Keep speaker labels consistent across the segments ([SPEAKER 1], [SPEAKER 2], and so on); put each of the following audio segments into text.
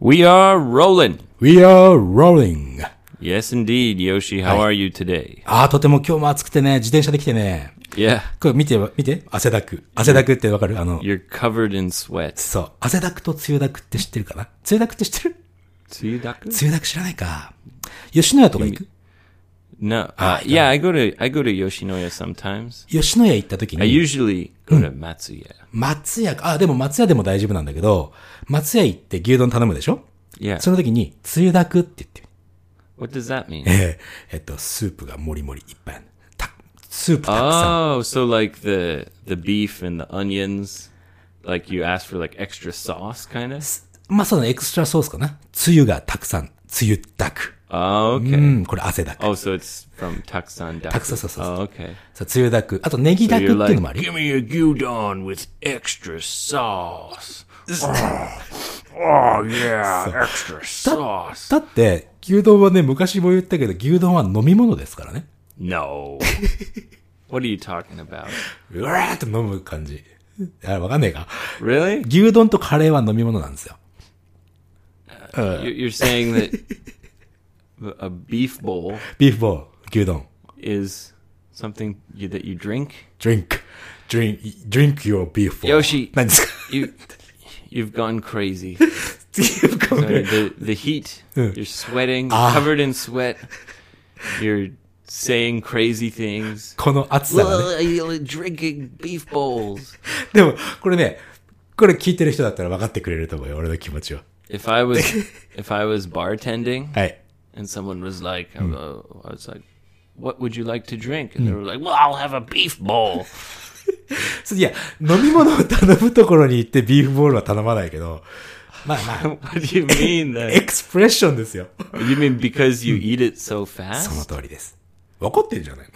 [SPEAKER 1] We are rolling.
[SPEAKER 2] We are rolling.
[SPEAKER 1] Yes, indeed, Yoshi. How are you today?
[SPEAKER 2] ああ、とても今日も暑くてね、自転車で来てね。
[SPEAKER 1] Yeah,
[SPEAKER 2] これ見て、見て。汗だく。汗だくってわかるあの、
[SPEAKER 1] you're covered in sweat.
[SPEAKER 2] そう。汗だくと梅雨だくって知ってるかな梅雨だくって知ってる
[SPEAKER 1] Tsudaku?
[SPEAKER 2] 梅雨だく知らないか。吉野家とか行く
[SPEAKER 1] No. Uh, yeah, I go to I go to Yoshinoya sometimes.
[SPEAKER 2] 吉野家行った時
[SPEAKER 1] I
[SPEAKER 2] に、
[SPEAKER 1] usually go to Matsuya.
[SPEAKER 2] 松屋か、あ、でも松屋でも大丈夫なんだけど、松屋行って牛丼頼むでしょ
[SPEAKER 1] Yeah.
[SPEAKER 2] その時に、梅雨だくって言って
[SPEAKER 1] What does that mean?
[SPEAKER 2] えーえっと、スープがもりもりいっぱいある。た、スープたくさん。
[SPEAKER 1] Oh, so like the the beef and the onions, like you ask for like extra sauce, kind of.
[SPEAKER 2] まあ、そのエクストラソースかな。梅雨がたくさん。梅雨だく。
[SPEAKER 1] Oh,
[SPEAKER 2] う
[SPEAKER 1] okay.
[SPEAKER 2] ん、これ汗だく。
[SPEAKER 1] Oh, so it's from Taksan Daku.
[SPEAKER 2] Takusan-san.
[SPEAKER 1] Oh, okay.
[SPEAKER 2] そう、梅雨だく。あと、ネギだくって
[SPEAKER 1] You're
[SPEAKER 2] いうの
[SPEAKER 1] like,
[SPEAKER 2] もあるよ。
[SPEAKER 1] give me a gyudon with extra sauce. oh, yeah, extra sauce.
[SPEAKER 2] だって、牛丼はね、昔も言ったけど、牛丼は飲み物ですからね。
[SPEAKER 1] No. what are you talking about?
[SPEAKER 2] うわーって飲む感じ。あ、わかんねえか。
[SPEAKER 1] Really?
[SPEAKER 2] 牛丼とカレーは飲み物なんですよ。
[SPEAKER 1] You- You're saying that a beef bowl
[SPEAKER 2] ビーフボール、牛丼。
[SPEAKER 1] is something you, that you drink?
[SPEAKER 2] drink, drink, drink your beef bowl.
[SPEAKER 1] よし
[SPEAKER 2] 何ですか
[SPEAKER 1] You, you've gone crazy.
[SPEAKER 2] ごめん
[SPEAKER 1] Sorry, the the heat. You're sweating, covered in sweat. You're saying crazy things.
[SPEAKER 2] この暑さがね。
[SPEAKER 1] Ugh, uh, drinking beef bowls.
[SPEAKER 2] でも、これね、これ聞いてる人だったら分かってくれると思うよ、俺の気持ちを。
[SPEAKER 1] If I was if I was bartending
[SPEAKER 2] はい。
[SPEAKER 1] and someone was like, uh, I was like, what would you like to drink? And they were like, well, I'll have a beef bowl.
[SPEAKER 2] そいや、飲み物を頼むところに行ってビーフボールは頼まないけど、まあまあ、
[SPEAKER 1] what do you mean?
[SPEAKER 2] エ
[SPEAKER 1] That?
[SPEAKER 2] クスプレッションですよ。
[SPEAKER 1] You mean because you eat it so
[SPEAKER 2] そ
[SPEAKER 1] fast?
[SPEAKER 2] の通りです。分かってんじゃない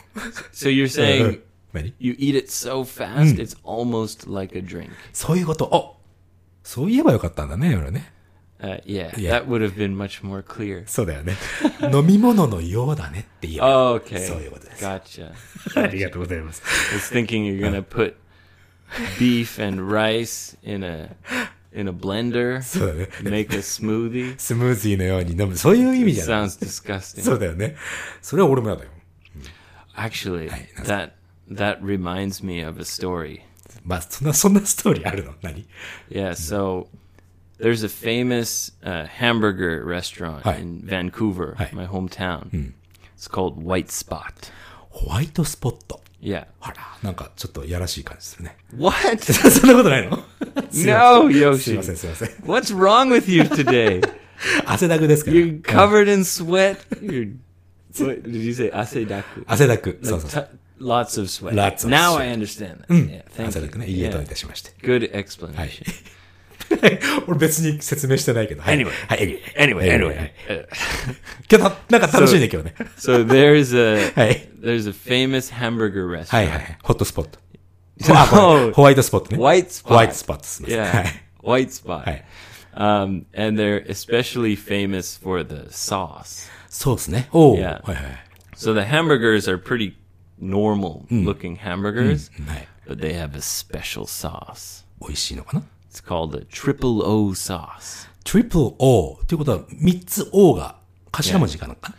[SPEAKER 1] So you're
[SPEAKER 2] の
[SPEAKER 1] saying
[SPEAKER 2] 何
[SPEAKER 1] you eat it so fast, it's almost like a drink.
[SPEAKER 2] そういうこと。おそう言えばよかったんだね、俺ね。
[SPEAKER 1] Uh, yeah,
[SPEAKER 2] Yeah.
[SPEAKER 1] that would have been much more clear.
[SPEAKER 2] そうだよ ね。飲み物のようだねって言えば。
[SPEAKER 1] Oh, okay.
[SPEAKER 2] そういうことです。
[SPEAKER 1] Gotcha.
[SPEAKER 2] ありがとうございます。
[SPEAKER 1] I was thinking you're gonna put beef and rice in a in a blender,
[SPEAKER 2] そうだね。
[SPEAKER 1] make a smoothie.
[SPEAKER 2] スムージーのように飲む。そういう意味じゃない。
[SPEAKER 1] Sounds disgusting.
[SPEAKER 2] そうだよね。それは俺もやだよ。
[SPEAKER 1] Actually, that that reminds me of a story.
[SPEAKER 2] まあ、そんな、そんなストーリーあるの何
[SPEAKER 1] Yeah, so there's a famous uh, hamburger restaurant
[SPEAKER 2] Hi.
[SPEAKER 1] in Vancouver,
[SPEAKER 2] Hi.
[SPEAKER 1] my hometown. It's called White Spot.
[SPEAKER 2] ホワイトスポット。
[SPEAKER 1] Yeah.
[SPEAKER 2] あら、なんかちょっとやらしい感じす るね。
[SPEAKER 1] What?
[SPEAKER 2] そんなことないの すいま
[SPEAKER 1] no,
[SPEAKER 2] せんす
[SPEAKER 1] Yoshi.
[SPEAKER 2] いません、すいません。
[SPEAKER 1] What's wrong with you today?
[SPEAKER 2] 汗だくですから。
[SPEAKER 1] You're covered in sweat. You're, what did you say? Asedaku.
[SPEAKER 2] 汗だく。そうそうそう。
[SPEAKER 1] T- lots of sweat. Hmm.
[SPEAKER 2] Lots of
[SPEAKER 1] now
[SPEAKER 2] sweat.
[SPEAKER 1] I understand that. Yeah, thank
[SPEAKER 2] 汗
[SPEAKER 1] you.
[SPEAKER 2] だくね、いい音
[SPEAKER 1] Yeah.
[SPEAKER 2] いたしまして。
[SPEAKER 1] Good explanation.
[SPEAKER 2] 俺別に説明してないけど。はい
[SPEAKER 1] Anyway.
[SPEAKER 2] はい、anyway
[SPEAKER 1] Anyway, anyway.
[SPEAKER 2] はい
[SPEAKER 1] Uh,
[SPEAKER 2] けど、なんか楽しいね、今日ね。
[SPEAKER 1] so there's a
[SPEAKER 2] はい。
[SPEAKER 1] there's a famous hamburger
[SPEAKER 2] はい
[SPEAKER 1] restaurant.
[SPEAKER 2] はい。ホット スポット。
[SPEAKER 1] No.
[SPEAKER 2] あごめんホワイトスポットね。
[SPEAKER 1] White spot.
[SPEAKER 2] ホワイトスポットすいません。は
[SPEAKER 1] Yeah.
[SPEAKER 2] い。
[SPEAKER 1] White spot.
[SPEAKER 2] はい。
[SPEAKER 1] Um, and they're especially famous for the sauce.
[SPEAKER 2] そうですね。おお。はいは
[SPEAKER 1] Yeah.
[SPEAKER 2] いはい。
[SPEAKER 1] So the hamburgers are pretty normal
[SPEAKER 2] Hmm.
[SPEAKER 1] looking hamburgers,
[SPEAKER 2] はい。
[SPEAKER 1] but they have a special sauce.
[SPEAKER 2] 美味しいのかな
[SPEAKER 1] It's called a triple O sauce.
[SPEAKER 2] triple O ということは3つ O が頭文字かなんか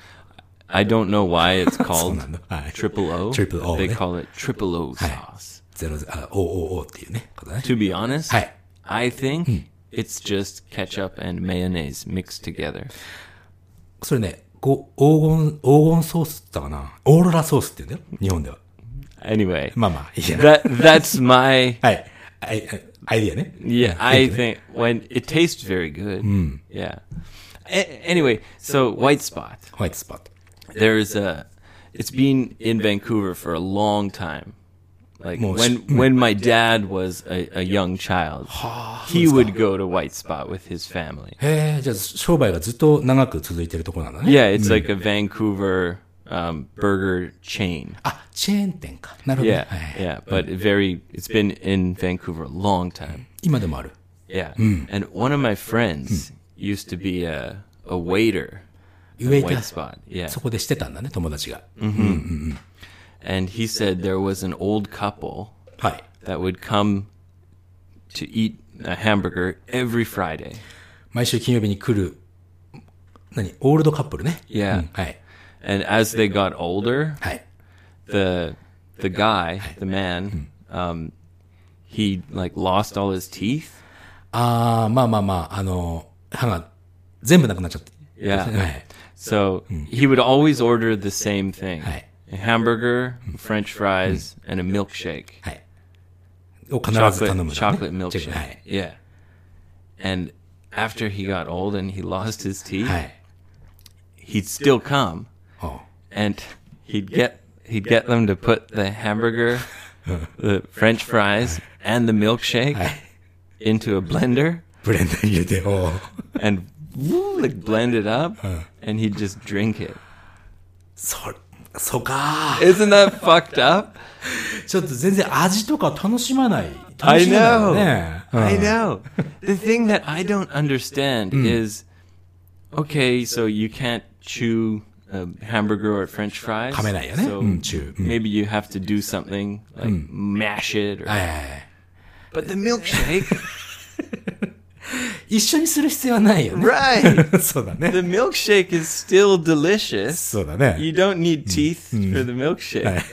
[SPEAKER 1] I don't know why it's
[SPEAKER 2] そう
[SPEAKER 1] called
[SPEAKER 2] なんだ。はい。
[SPEAKER 1] triple O.
[SPEAKER 2] Uh, Triple O, eh?
[SPEAKER 1] They
[SPEAKER 2] yeah.
[SPEAKER 1] call it triple O sauce.
[SPEAKER 2] ゼロゼロ、あ、OOO っていうね、ことね。
[SPEAKER 1] To be honest,
[SPEAKER 2] Hi.
[SPEAKER 1] I think
[SPEAKER 2] Hmm.
[SPEAKER 1] it's just ketchup and mayonnaise mixed together.
[SPEAKER 2] それね、ご黄金、黄金ソースって言ったかなオーロラソースって言うんだよ。日本では。
[SPEAKER 1] Anyway,
[SPEAKER 2] まあまあ、いいや。
[SPEAKER 1] that that's my
[SPEAKER 2] はい。アイアイディアね。
[SPEAKER 1] yeah. I think when it tastes very good. Yeah. A- anyway, so white spot.
[SPEAKER 2] ホワイトスポット。
[SPEAKER 1] There's a. It's been in Vancouver for a long time. Like when
[SPEAKER 2] Most-
[SPEAKER 1] when my dad was a, a young child, he would go to White Spot with his family.
[SPEAKER 2] へえ、じゃあ商売がずっと長く続いてるところなんだね。
[SPEAKER 1] Yeah, it's like a Vancouver um, burger chain.
[SPEAKER 2] あ、チェーン店か。なるほどね。
[SPEAKER 1] Yeah,
[SPEAKER 2] はい
[SPEAKER 1] yeah, but it very. It's been in Vancouver a long time.
[SPEAKER 2] 今でもある。
[SPEAKER 1] Yeah, and one of my friends used to be a a waiter,
[SPEAKER 2] ウェイタ
[SPEAKER 1] White
[SPEAKER 2] ー、
[SPEAKER 1] Spot. Yeah,
[SPEAKER 2] そこでしてたんだね、友達が。
[SPEAKER 1] and he said there was an old couple
[SPEAKER 2] はい。
[SPEAKER 1] that would come to eat a hamburger every Friday.
[SPEAKER 2] 毎週金曜日に来る、何オールドカップルね。
[SPEAKER 1] Yeah.
[SPEAKER 2] うんはい。
[SPEAKER 1] Hmm. And as they got older,
[SPEAKER 2] はい。
[SPEAKER 1] the the guy, the man, um, he like lost all his teeth.
[SPEAKER 2] あー、まあまあまあ、あの、歯が全部なくなっちゃって。
[SPEAKER 1] Yeah.
[SPEAKER 2] はい。
[SPEAKER 1] So he would always order the same thing:
[SPEAKER 2] Right.
[SPEAKER 1] a hamburger, French fries, and a milkshake.
[SPEAKER 2] はい。を必ず
[SPEAKER 1] Chocolate,
[SPEAKER 2] 頼むのね、
[SPEAKER 1] chocolate
[SPEAKER 2] は
[SPEAKER 1] milkshake.
[SPEAKER 2] い。
[SPEAKER 1] Yeah. And after he got old and he lost his teeth,
[SPEAKER 2] はい。
[SPEAKER 1] he'd still come
[SPEAKER 2] おう
[SPEAKER 1] and he'd get he'd get them to put the hamburger, the French fries, and the milkshake
[SPEAKER 2] はい。
[SPEAKER 1] into a blender
[SPEAKER 2] ブレンダーに入れて、おう
[SPEAKER 1] and woo, like blend it up, and he'd just drink it.
[SPEAKER 2] そ、そうか
[SPEAKER 1] Isn't that fucked up?
[SPEAKER 2] ちょっと全然味とか楽しまない。楽
[SPEAKER 1] I
[SPEAKER 2] しめない
[SPEAKER 1] know.
[SPEAKER 2] よね。うん
[SPEAKER 1] I know. The thing that I don't understand is okay, so you can't chew a hamburger or french fries.
[SPEAKER 2] 噛めないよね。
[SPEAKER 1] So
[SPEAKER 2] うん、中。うん
[SPEAKER 1] maybe you have to do something like mash it or
[SPEAKER 2] はいはいはい。
[SPEAKER 1] but the milkshake
[SPEAKER 2] 一緒にする必要はないよね。
[SPEAKER 1] right.
[SPEAKER 2] そうだ
[SPEAKER 1] The
[SPEAKER 2] ね。
[SPEAKER 1] milkshake is still delicious.
[SPEAKER 2] そうだ
[SPEAKER 1] You
[SPEAKER 2] ね。
[SPEAKER 1] don't need teeth for the milkshake.
[SPEAKER 2] はい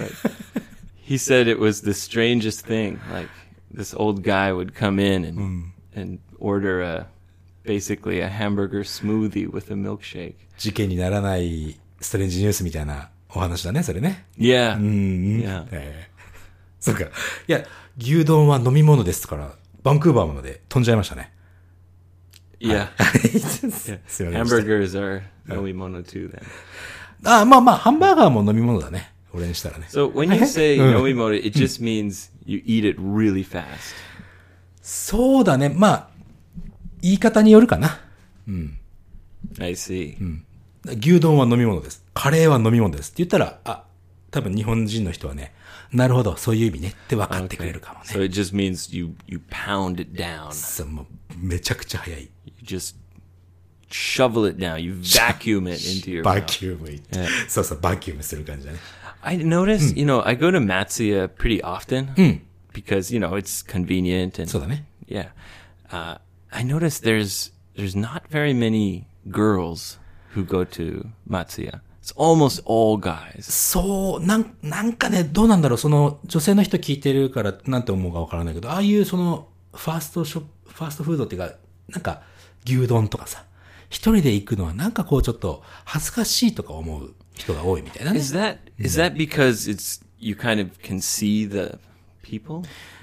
[SPEAKER 1] He said it was the strangest thing. Like this old guy would come in and and order a basically a hamburger smoothie with a milkshake.
[SPEAKER 2] 事件にならないストレンジニュースみたいなお話だね、それね。
[SPEAKER 1] Yeah.
[SPEAKER 2] うん。
[SPEAKER 1] Yeah.
[SPEAKER 2] ええそうか。いや、牛丼は飲み物ですから、バンクーバーまで飛んじゃいましたね。
[SPEAKER 1] Yeah.
[SPEAKER 2] すいませんでした
[SPEAKER 1] Hamburgers are noimono too then.
[SPEAKER 2] あ、まあまあ、ハンバーガーも飲み物だね。俺にしたらね。
[SPEAKER 1] So when you say noimono, it just means you eat it really fast.
[SPEAKER 2] そうだね。まあ、言い方によるかな。
[SPEAKER 1] I see.
[SPEAKER 2] 牛丼は飲み物です。カレーは飲み物です。って言ったら、あ、多分日本人の人はね、なるほど、そういう意味ねって分かってくれるかもね。
[SPEAKER 1] So it just means you you pound it down.
[SPEAKER 2] そうもうめちゃくちゃ早い。
[SPEAKER 1] You just shovel it down. You vacuum it into your
[SPEAKER 2] バ
[SPEAKER 1] mouth.
[SPEAKER 2] キュームいって。そうそう、バキュームする感じだね。
[SPEAKER 1] I notice, you know, I go to Matsuya pretty often because, you know, it's convenient and
[SPEAKER 2] そうだね。
[SPEAKER 1] yeah. Uh, I notice there's there's not very many girls who go to Matsuya. It's almost all guys.
[SPEAKER 2] そう、なん、なんかね、どうなんだろう、その、女性の人聞いてるから、なんて思うかわからないけど、ああいうその、ファーストショップ、ファーストフードっていうか、なんか、牛丼とかさ、一人で行くのはなんかこうちょっと、恥ずかしいとか思う人が多いみたいなね。
[SPEAKER 1] Is that is that because it's you kind of can see the people?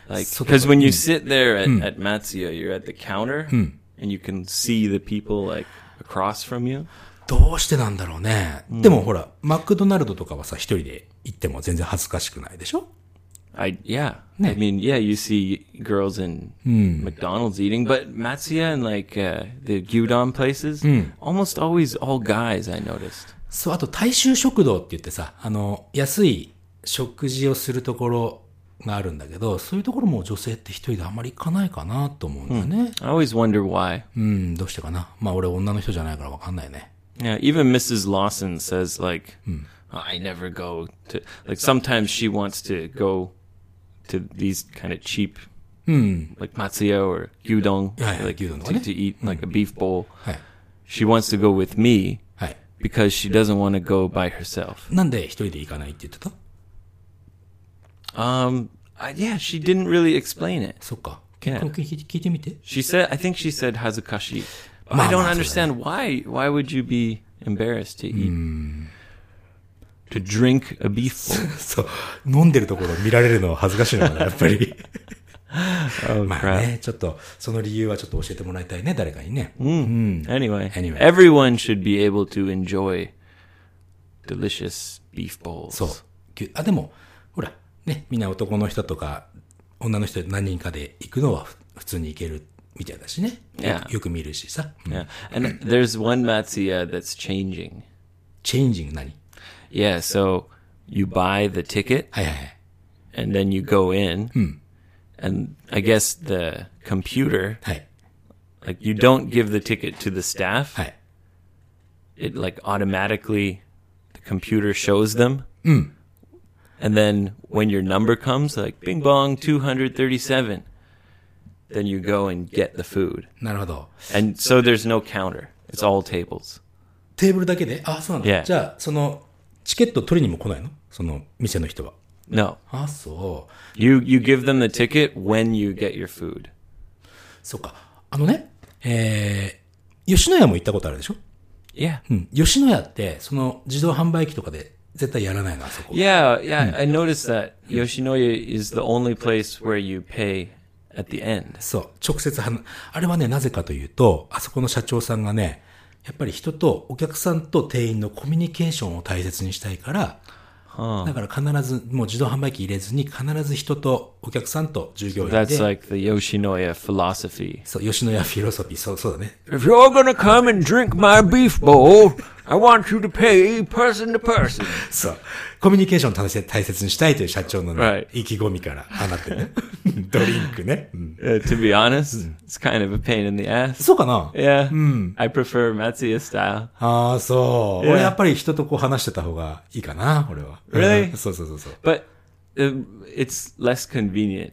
[SPEAKER 1] Like
[SPEAKER 2] Sort of,
[SPEAKER 1] because when you sit there at, at Matsuya, you're at the counter and you can see the people like across from you.
[SPEAKER 2] どうしてなんだろうね。でもほら、マクドナルドとかはさ、一人で行っても全然恥ずかしくないでしょ
[SPEAKER 1] I yeah. I
[SPEAKER 2] Yeah.
[SPEAKER 1] mean, yeah, you see girls in McDonald's eating, but Matsuya and like uh, the gyudon places, almost always all guys. I noticed.
[SPEAKER 2] そう、あと大衆食堂って言ってさ、あの、安い食事をするところがあるんだけど、そういうところも女性って一人であんまり行かないかなと思うんだよね。
[SPEAKER 1] I always wonder why.
[SPEAKER 2] うん、どうしてかな。まあ俺女の人じゃないからわかんないね。
[SPEAKER 1] Yeah, even Mrs. Lawson says like, I never go to like. Sometimes she wants to go to these kind of cheap, like Matsuya or Hmm. gyudon, Hmm.
[SPEAKER 2] Yeah, yeah,
[SPEAKER 1] like
[SPEAKER 2] gyudon
[SPEAKER 1] to,
[SPEAKER 2] とかね。
[SPEAKER 1] to eat like a beef bowl.
[SPEAKER 2] はい。
[SPEAKER 1] She wants to go with me
[SPEAKER 2] はい。
[SPEAKER 1] because she doesn't want to go by herself.
[SPEAKER 2] なんで一人で行かないって言ってた
[SPEAKER 1] Um, I, yeah, she didn't really explain it.
[SPEAKER 2] そっか。
[SPEAKER 1] Yeah.
[SPEAKER 2] 結婚聞いて聞いてみて。
[SPEAKER 1] She said, I think she said Hazukashi. But I
[SPEAKER 2] Mama,
[SPEAKER 1] don't
[SPEAKER 2] so-
[SPEAKER 1] understand why. Why would you be embarrassed to eat? Hmm. To drink a beef bowl.
[SPEAKER 2] そう。飲んでるところ見られるのは恥ずかしいのかな、やっぱり。 まあね、ちょっと、その理由はちょっと教えてもらいたいね、誰かにね。
[SPEAKER 1] anyway,
[SPEAKER 2] Anyway.
[SPEAKER 1] everyone should be able to enjoy delicious beef bowls.
[SPEAKER 2] そう。ぎゅあ、でも、ほら、ね、みんな男の人とか、女の人何人かで行くのはふ普通に行けるみたいだしね。よ
[SPEAKER 1] Yeah.
[SPEAKER 2] くよく見るしさ。
[SPEAKER 1] Yeah. And there's one matsuya that's changing.
[SPEAKER 2] チェンジング何
[SPEAKER 1] Yeah, so you buy the ticket
[SPEAKER 2] はいはいはい。
[SPEAKER 1] and then you go in. And I guess the computer
[SPEAKER 2] はい。
[SPEAKER 1] like you don't give the ticket to the staff
[SPEAKER 2] はい。
[SPEAKER 1] it like automatically the computer shows them and then when your number comes like bing bong 237 then you go and get the food.
[SPEAKER 2] なるほど。
[SPEAKER 1] And so there's no counter. It's all tables.
[SPEAKER 2] テーブルだけであ、そうなんだ。
[SPEAKER 1] Yeah.
[SPEAKER 2] じゃあ、その、チケット取りにも来ないのその、店の人は。
[SPEAKER 1] No.
[SPEAKER 2] あ、そう。
[SPEAKER 1] You you give them the ticket when you get your food.
[SPEAKER 2] そうか。あのね、えー、吉野家も行ったことあるでしょ
[SPEAKER 1] Yeah.
[SPEAKER 2] うん。吉野家って、その、自動販売機とかで絶対やらないの、あそこ。
[SPEAKER 1] Yeah, yeah. I noticed that Yoshinoya is the only place where you pay at the end.
[SPEAKER 2] そう。直接話、あれはね、なぜかというと、あそこの社長さんがね、やっぱり人と、お客さんと店員のコミュニケーションを大切にしたいから、だから必ず、もう自動販売機入れずに、必ず人と、お客さんと従業員で、
[SPEAKER 1] That's like the Yoshinoya philosophy.
[SPEAKER 2] そう、吉野家フィロソフィー、そう、そうだね。
[SPEAKER 3] If you're gonna come and drink my beef bowl, I want you to pay person to person.
[SPEAKER 2] そう。コミュニケーションを大切大切にしたいという社長のね、
[SPEAKER 1] Right.
[SPEAKER 2] 意気込みから放っ てね。ドリンクね。うん
[SPEAKER 1] Uh, to be honest, it's kind of a pain in the ass.
[SPEAKER 2] そうかな
[SPEAKER 1] Yeah.
[SPEAKER 3] Hmm.
[SPEAKER 1] I prefer Matsuya style.
[SPEAKER 2] ああ、そう。
[SPEAKER 1] Yeah.
[SPEAKER 2] 俺やっぱり人とこう話してた方がいいかな、俺は。
[SPEAKER 1] Really?
[SPEAKER 2] そうそうそうそう。
[SPEAKER 1] But uh, it's less convenient.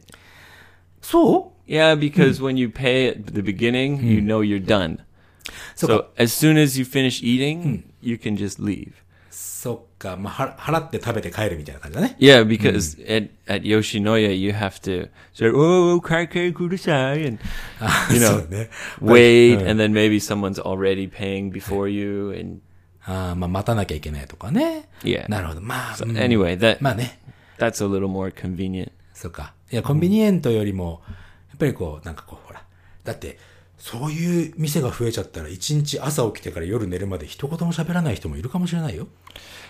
[SPEAKER 2] そう
[SPEAKER 1] Yeah,
[SPEAKER 3] Hmm.
[SPEAKER 1] because when you pay at the beginning, you know you're done. So,
[SPEAKER 2] So-
[SPEAKER 1] as soon as you finish eating,
[SPEAKER 3] Hmm.
[SPEAKER 1] you can just leave.
[SPEAKER 2] そっか、まあ、は払って食べて帰るみたいな感じ だね。
[SPEAKER 1] Yeah,
[SPEAKER 3] Hmm.
[SPEAKER 1] because at, at Yoshinoya, you have to say, oh, kaikei kudasai, and, you
[SPEAKER 2] そう
[SPEAKER 1] know,
[SPEAKER 2] だね。
[SPEAKER 1] wait, and then maybe someone's already paying before you. And
[SPEAKER 2] ああ、まあ、待たなきゃいけないとかね。
[SPEAKER 1] Yeah.
[SPEAKER 2] なるほど。まあ、うん
[SPEAKER 1] anyway, that
[SPEAKER 2] まあね。
[SPEAKER 1] that's a little more convenient.
[SPEAKER 2] そっか。いや、コンビニエントよりも、やっぱりこう、なんかこう、ほら。だって、そういう店が増えちゃったら、一日朝起きてから夜寝るまで一言も喋らない人もいるかもしれないよ。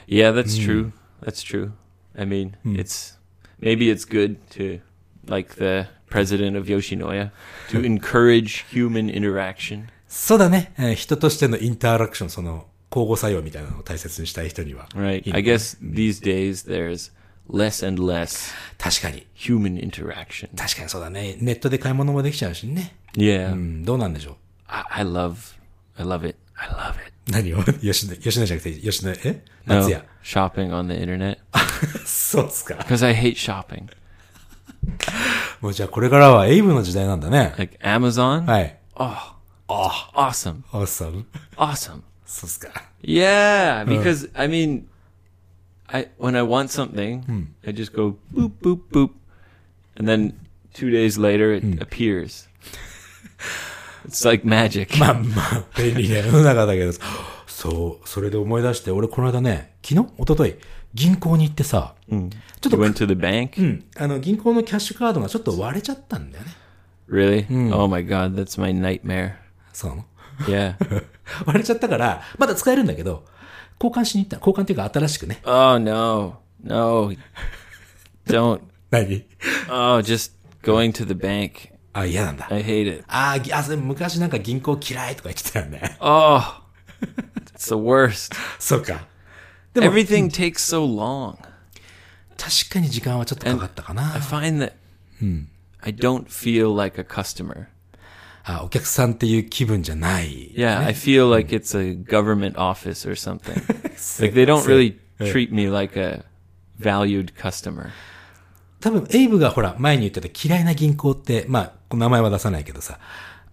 [SPEAKER 1] Yeah, that's true. That's true. I mean, it's maybe it's good to, like the president of Yoshinoya, to encourage human interaction.
[SPEAKER 2] そうだね。えー人としてのインタラクション、その、交互作用みたいなのを大切にしたい人には。
[SPEAKER 1] Right.
[SPEAKER 2] いい
[SPEAKER 1] I
[SPEAKER 2] ね
[SPEAKER 1] guess these days there's less and less
[SPEAKER 2] 確かに。
[SPEAKER 1] human interaction.
[SPEAKER 2] 確かにそうだね。ネットで買い物もできちゃうしね。
[SPEAKER 1] Yeah.
[SPEAKER 2] うん、どうなんでしょう。
[SPEAKER 1] I, I love, I love it. I love it.
[SPEAKER 2] 何を 吉野、吉野じゃなくて、吉野、え
[SPEAKER 1] No,
[SPEAKER 2] 松屋。
[SPEAKER 1] shopping on the internet
[SPEAKER 2] そうっすか。
[SPEAKER 1] because I hate shopping.
[SPEAKER 2] もうじゃあこれからはエイブの時代なんだね。
[SPEAKER 1] Like Amazon.
[SPEAKER 2] はい。
[SPEAKER 1] Oh, oh, awesome,
[SPEAKER 2] あっさん。
[SPEAKER 1] awesome.
[SPEAKER 2] そうっすか。
[SPEAKER 1] Yeah, because I mean, I when I want something, I just go boop boop boop, and then two days later it appears. It's like magic.
[SPEAKER 2] まあまあ、便利な世の中だけど。そう、それで思い出して、俺この間ね、昨日一昨日銀行に行ってさ、ちょっ
[SPEAKER 1] You
[SPEAKER 2] と、
[SPEAKER 1] went to the bank,
[SPEAKER 2] うん、あの、銀行のキャッシュカードがちょっと割れちゃったんだよね。
[SPEAKER 1] really? Oh my god, that's my nightmare.
[SPEAKER 2] そうなの
[SPEAKER 1] Yeah.
[SPEAKER 2] 割れちゃったから、まだ使えるんだけど、交換しに行った。交換っていうか新しくね。
[SPEAKER 1] oh no, no, don't.
[SPEAKER 2] 何
[SPEAKER 1] Oh, just going to the bank.
[SPEAKER 2] あ、嫌なんだ。
[SPEAKER 1] I hate it.
[SPEAKER 2] あーぎあ、それ昔なんか銀行嫌いとか言ってたよね。
[SPEAKER 1] Oh, it's the worst.
[SPEAKER 2] そうか。でも、
[SPEAKER 1] Everything takes so long.
[SPEAKER 2] 確かに時間はちょっとかかったかな
[SPEAKER 1] I。find that I don't feel like a customer.
[SPEAKER 2] あ、お客さんっていう気分じゃない。
[SPEAKER 1] Yeah, I feel like it's a government office or something. like they don't really treat me like a valued customer.
[SPEAKER 2] 多分、エイブがほら、前に言ってた嫌いな銀行って、まあ、この名前は出さないけどさ、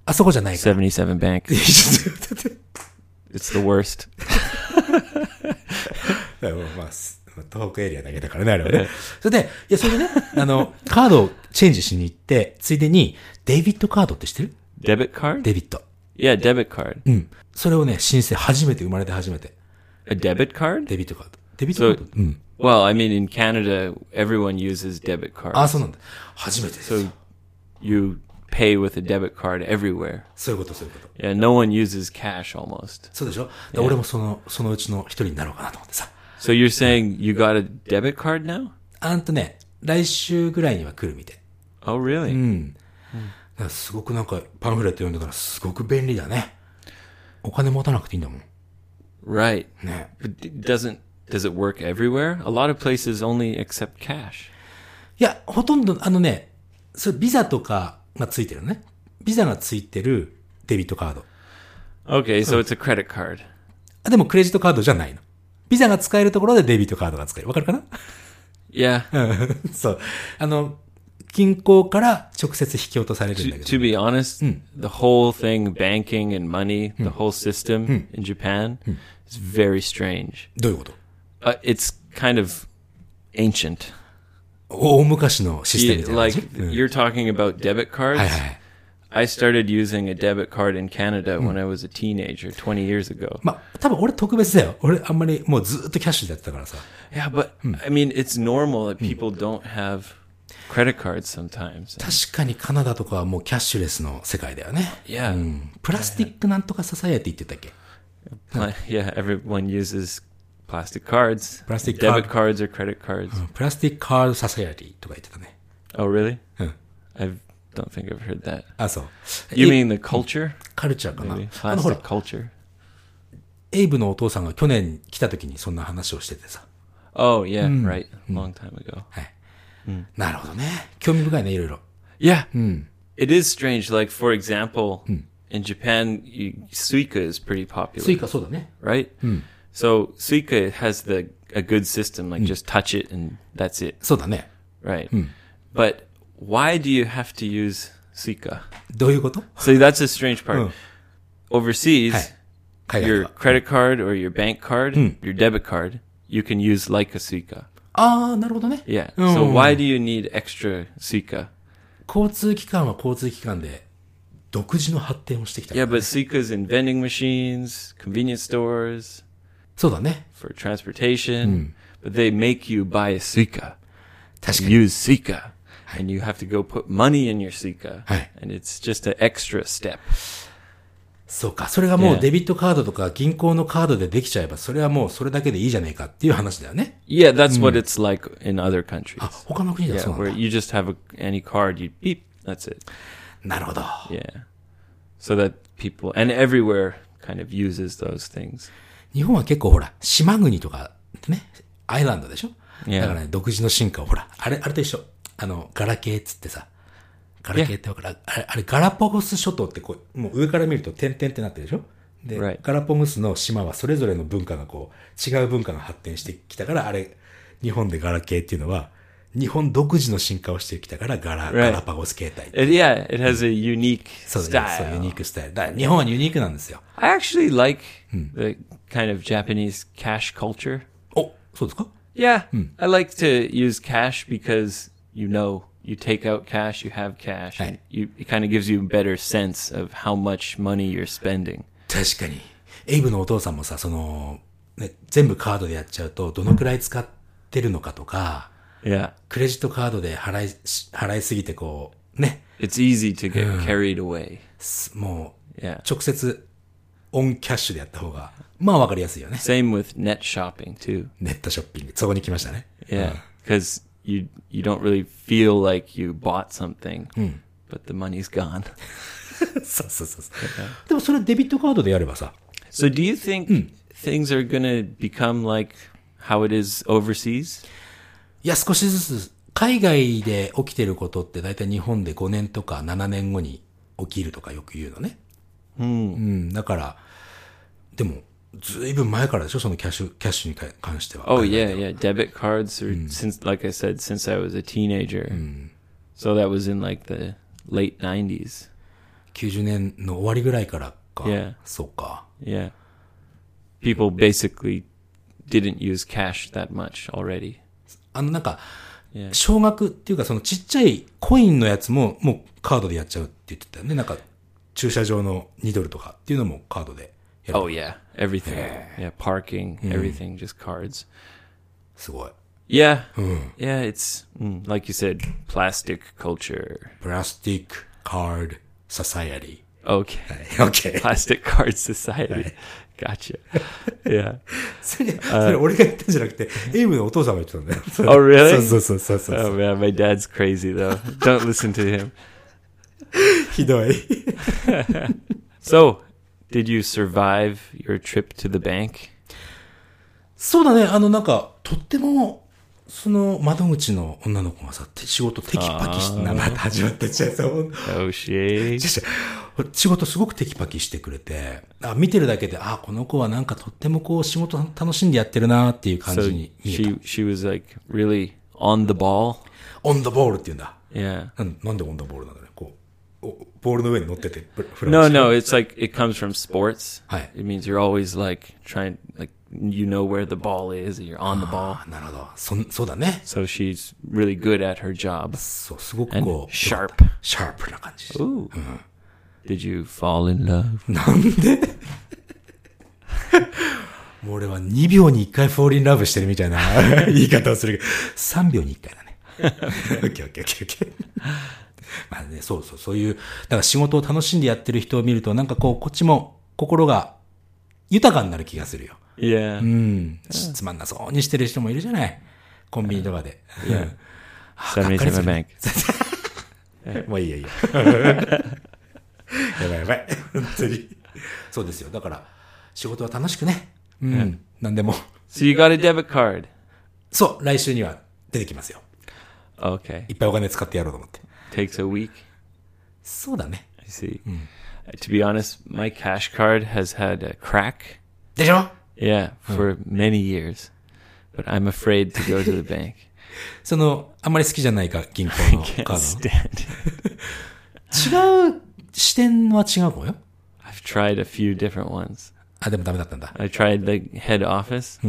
[SPEAKER 2] あそこじゃないから。
[SPEAKER 1] 77 Bank. It's the worst.
[SPEAKER 2] だからまあ、す東北エリアだけだからね、あれはね。それで、いや、それでね、 あの、カードをチェンジしに行って、ついでに、デイビットカードって知ってる
[SPEAKER 1] Debit card?
[SPEAKER 2] デイビット。
[SPEAKER 1] yeah, debit card.
[SPEAKER 2] うん。それをね、申請、初めて、生まれて初めて。
[SPEAKER 1] A debit card?
[SPEAKER 2] デイビットカード。デイビッ
[SPEAKER 1] So,
[SPEAKER 2] トカードうん。
[SPEAKER 1] well, I mean, in Canada, everyone uses debit
[SPEAKER 2] あ、
[SPEAKER 1] cards.
[SPEAKER 2] そうなんだ。初めてですよ
[SPEAKER 1] So you pay with a debit card everywhere.
[SPEAKER 2] そういうこと、そういうこと。
[SPEAKER 1] Yeah, no one uses cash almost.
[SPEAKER 2] そうでしょで俺もその、そのうちの一人になろうかなと思ってさ。
[SPEAKER 1] So you're saying you got a debit card now?
[SPEAKER 2] あんとね、来週ぐらいには来るみたい。
[SPEAKER 1] Oh, really?
[SPEAKER 2] だからすごくなんかパンフレット読んでたらすごく便利だね。お金持たなくていいんだもん。
[SPEAKER 1] Right.
[SPEAKER 2] ね。
[SPEAKER 1] But d- doesn't does it work everywhere? A lot of places only accept cash.
[SPEAKER 2] いや、ほとんど、あのね、それビザとかがついてるのね。ビザがついてるデビットカード。
[SPEAKER 1] Okay, so it's a credit card.
[SPEAKER 2] あ、でもクレジットカードじゃないの。ビザが使 えるところでデビットカードが使える。わかるかな
[SPEAKER 1] Yeah.
[SPEAKER 2] そう。あの、銀行から直接引き落とされるん
[SPEAKER 1] To,
[SPEAKER 2] だけ
[SPEAKER 1] to
[SPEAKER 2] ど。
[SPEAKER 1] be honest, the whole thing, banking and money, the whole system in Japan, is very strange.
[SPEAKER 2] どういうこと
[SPEAKER 1] Uh, it's kind of ancient.
[SPEAKER 2] 大昔のシステム
[SPEAKER 1] You-
[SPEAKER 2] じゃない
[SPEAKER 1] like you're talking about debit cards.
[SPEAKER 2] はいはい。
[SPEAKER 1] I started using a debit card in Canada when I was a teenager, 20 years ago.
[SPEAKER 2] まあ、多分俺特別だよ。俺あんまりもうずっとキャッシュでやってたからさ。
[SPEAKER 1] Yeah, but I mean, it's normal that people don't have credit cards sometimes.
[SPEAKER 2] 確かにカナダとかはもうキャッシュレスの世界だよね。
[SPEAKER 1] Yeah.
[SPEAKER 2] うんプラスティックなんとかササエティって言ってたっけ
[SPEAKER 1] Pla- Yeah, everyone uses plastic cards.
[SPEAKER 2] Plastic
[SPEAKER 1] debit
[SPEAKER 2] card.
[SPEAKER 1] cards or credit cards.
[SPEAKER 2] プラスティックカードササエティとか言ってたね。
[SPEAKER 1] Oh, really?
[SPEAKER 2] Huh.
[SPEAKER 1] I don't think I've heard that.
[SPEAKER 2] あ、そう。
[SPEAKER 1] You
[SPEAKER 2] え
[SPEAKER 1] mean the culture?
[SPEAKER 2] カルチャーかな
[SPEAKER 1] Maybe.。
[SPEAKER 2] あの、ほら
[SPEAKER 1] Plastic、culture?
[SPEAKER 2] エイブのお父さんが去年来た時にそんな話をしててさ。
[SPEAKER 1] Oh, yeah,
[SPEAKER 2] Hmm.
[SPEAKER 1] right. Long time ago.
[SPEAKER 2] はい。なるほどね。興味深いね、いろいろ。
[SPEAKER 1] Yeah. Hmm. It is strange. Like, for example,
[SPEAKER 2] Hmm.
[SPEAKER 1] in Japan, you, Suica is pretty popular.
[SPEAKER 2] スイカそうだね。
[SPEAKER 1] right?
[SPEAKER 2] Hmm.
[SPEAKER 1] So Suica has the a good system,
[SPEAKER 2] Hmm.
[SPEAKER 1] like just touch it and that's it,
[SPEAKER 2] そうだね。
[SPEAKER 1] right?
[SPEAKER 2] Hmm.
[SPEAKER 1] But why do you have to use Suica?
[SPEAKER 2] どういうこと
[SPEAKER 1] So that's the strange part. Overseas,
[SPEAKER 2] はい海外で
[SPEAKER 1] your
[SPEAKER 2] は。
[SPEAKER 1] credit card or your bank card, your debit card, you can use like a Suica.
[SPEAKER 2] ああ、なるほどね。
[SPEAKER 1] Yeah. So why do you need extra Suica?
[SPEAKER 2] 交通機関は交通機関で独自の発展をしてきた。
[SPEAKER 1] Yeah, but Suica's in vending machines, convenience stores,
[SPEAKER 2] そうだね。
[SPEAKER 1] for transportation, but they make you buy a Suica.
[SPEAKER 2] 確かに。
[SPEAKER 1] use Sika. And you have to go put money in your Sika.
[SPEAKER 2] Hi.
[SPEAKER 1] And it's just an extra step.
[SPEAKER 2] そうか。それがもう
[SPEAKER 1] Yeah.
[SPEAKER 2] デビットカードとか銀行のカードでできちゃえば、それはもうそれだけでいいじゃねえかっていう話だよね。
[SPEAKER 1] Yeah, that's what it's like in other countries.
[SPEAKER 2] あ、他の国では
[SPEAKER 1] yeah,
[SPEAKER 2] そう
[SPEAKER 1] where
[SPEAKER 2] なんだ。
[SPEAKER 1] you just have a, any card, you beep, that's it.
[SPEAKER 2] なるほど。
[SPEAKER 1] Yeah. So that people, and everywhere kind of uses those things.
[SPEAKER 2] 日本は結構ほら、島国とかってね、アイランドでしょ
[SPEAKER 1] Yeah.
[SPEAKER 2] だからね、独自の進化をほら、あれ、あれと一緒。あの、ガラケーっつってさ、ガラケーってわかる、あれ、あれガラパゴス諸島ってこう、もう上から見ると点々ってなってるでしょで、
[SPEAKER 1] Right.
[SPEAKER 2] ガラパゴスの島はそれぞれの文化がこう、違う文化が発展してきたから、あれ、日本でガラケーっていうのは、日本独自の進化をしてきたから、ガラ、ガラパゴス形態。
[SPEAKER 1] It, yeah, it has a unique
[SPEAKER 2] そうだね。そう、ユ
[SPEAKER 1] style.
[SPEAKER 2] ニークスタイル。だから日本はユニークなんですよ。
[SPEAKER 1] I actually like the kind of Japanese cash culture.
[SPEAKER 2] お、そうですか
[SPEAKER 1] Yeah, I like to use cash because you know you take out cash, you have cash, and
[SPEAKER 2] Right.
[SPEAKER 1] you it kind of gives you a better sense of how much money you're spending.
[SPEAKER 2] 確かに。エイブのお父さんもさ、その、ね、全部カードでやっちゃうと、どのくらい使ってるのかとか、
[SPEAKER 1] Yeah,
[SPEAKER 2] クレジットカードで払いし、払いすぎてこう、ね、
[SPEAKER 1] it's easy to get carried away.
[SPEAKER 2] すもう、
[SPEAKER 1] Yeah,
[SPEAKER 2] 直接、オンキャッシュでやった方が、まあわかりやすいよね。
[SPEAKER 1] same with net shopping too.
[SPEAKER 2] ネットショッピング、そこに来ましたね。
[SPEAKER 1] Yeah, because you you don't really feel like you bought something, but the money's gone.
[SPEAKER 2] そうそうそうそう。でもそれデビットカードでやればさ、
[SPEAKER 1] So, do you think things are gonna become like how it is overseas?
[SPEAKER 2] いや、少しずつ、海外で起きてることって大体日本で5年とか7年後に起きるとかよく言うのね。うん。だから、でも、ずいぶん前からでしょそのキャッシュ、キャッシュにか関しては。
[SPEAKER 1] Oh yeah, yeah. Debit cards or since like I said, since I was a teenager. So that was in like the late nineties.
[SPEAKER 2] 90年の終わりぐらいからか。
[SPEAKER 1] Yeah.
[SPEAKER 2] そうか。
[SPEAKER 1] Yeah. People basically didn't use cash that much already.
[SPEAKER 2] あの、なんか、
[SPEAKER 1] Yeah.
[SPEAKER 2] 少額っていうか、そのちっちゃいコインのやつも、もうカードでやっちゃうって言ってたよね。なんか、駐車場の2ドルとかっていうのもカードでやる。
[SPEAKER 1] Oh yeah. Everything. Yeah, parking, everything, just cards.
[SPEAKER 2] すごい。
[SPEAKER 1] Yeah. Yeah, it's mm, like you said, plastic culture.
[SPEAKER 2] プラスティック、カード、ササエリ
[SPEAKER 1] Okay.
[SPEAKER 2] ー。オッケー。
[SPEAKER 1] Plastic card society. Gotcha. Yeah.
[SPEAKER 2] それ、それ俺が言ったんじゃなくて、エイブのお父さんが言ってたんだよ。
[SPEAKER 1] Oh, really?
[SPEAKER 2] そうそうそうそうそう。
[SPEAKER 1] Oh man, my dad's crazy though. Don't listen to him.
[SPEAKER 2] ひどい。
[SPEAKER 1] So, did you survive your trip to the bank?
[SPEAKER 2] そうだね、あの、なんか、とっても、その、窓口の女の子がさ、て仕事テキパキして、なまた始まったじゃん。そう。
[SPEAKER 1] Oh shit.
[SPEAKER 2] 違う違う仕事すごくテキパキしてくれて、あ見てるだけで、あ、この子はなんかとってもこう仕事楽しんでやってるなっていう感
[SPEAKER 1] So
[SPEAKER 2] じに見えた。
[SPEAKER 1] she she was like really on the ball.
[SPEAKER 2] on the ball って言うんだ。
[SPEAKER 1] Yeah.
[SPEAKER 2] なんなんでオンダボールなんだろうね。こう、おボールの上に乗ってて、フラフラし
[SPEAKER 1] No,
[SPEAKER 2] て
[SPEAKER 1] no, it's like it comes from sports.
[SPEAKER 2] Hi.
[SPEAKER 1] It means you're always like trying, like you know where the ball is, and you're on the ball.
[SPEAKER 2] あなるほど。そん、そうだね。
[SPEAKER 1] So she's really good at her job.
[SPEAKER 2] そう、すごく
[SPEAKER 1] And
[SPEAKER 2] こう、
[SPEAKER 1] sharp.
[SPEAKER 2] シャープな感じ。
[SPEAKER 1] Ooh. Did you fall in love?
[SPEAKER 2] もう俺は2秒に1回フォーリンラブしてるみたいな 言い方をするけど、3秒に1回だね。オッケーオッケーオッケーオッケー。まあね、そうそう、そういう、だから仕事を楽しんでやってる人を見ると、なんかこう、こっちも心が豊かになる気がするよ。
[SPEAKER 1] Yeah.
[SPEAKER 2] うん。つまんなそうにしてる人もいるじゃない。コンビニとかで。
[SPEAKER 1] 77 Bank.
[SPEAKER 2] もういいやい いや。やばいやばい。本当に。そうですよ。だから、仕事は楽しくね。うん。なんでも。
[SPEAKER 1] So you got a debit card.
[SPEAKER 2] そう、来週には出てきますよ。
[SPEAKER 1] Okay.
[SPEAKER 2] いっぱいお金使ってやろうと思って。
[SPEAKER 1] Takes a week.
[SPEAKER 2] そうだね。
[SPEAKER 1] I see. Uh, To be honest, my cash card has had a crack.
[SPEAKER 2] でしょ
[SPEAKER 1] Yeah, for many years. But I'm afraid to go to the bank.
[SPEAKER 2] その、あんまり好きじゃないか、銀行 の カ
[SPEAKER 1] Can't
[SPEAKER 2] ー
[SPEAKER 1] stand it.
[SPEAKER 2] ド。違う視点は違うのよ。
[SPEAKER 1] I've tried a few different ones.
[SPEAKER 2] あ、でもダメだったんだ。
[SPEAKER 1] I tried the head office.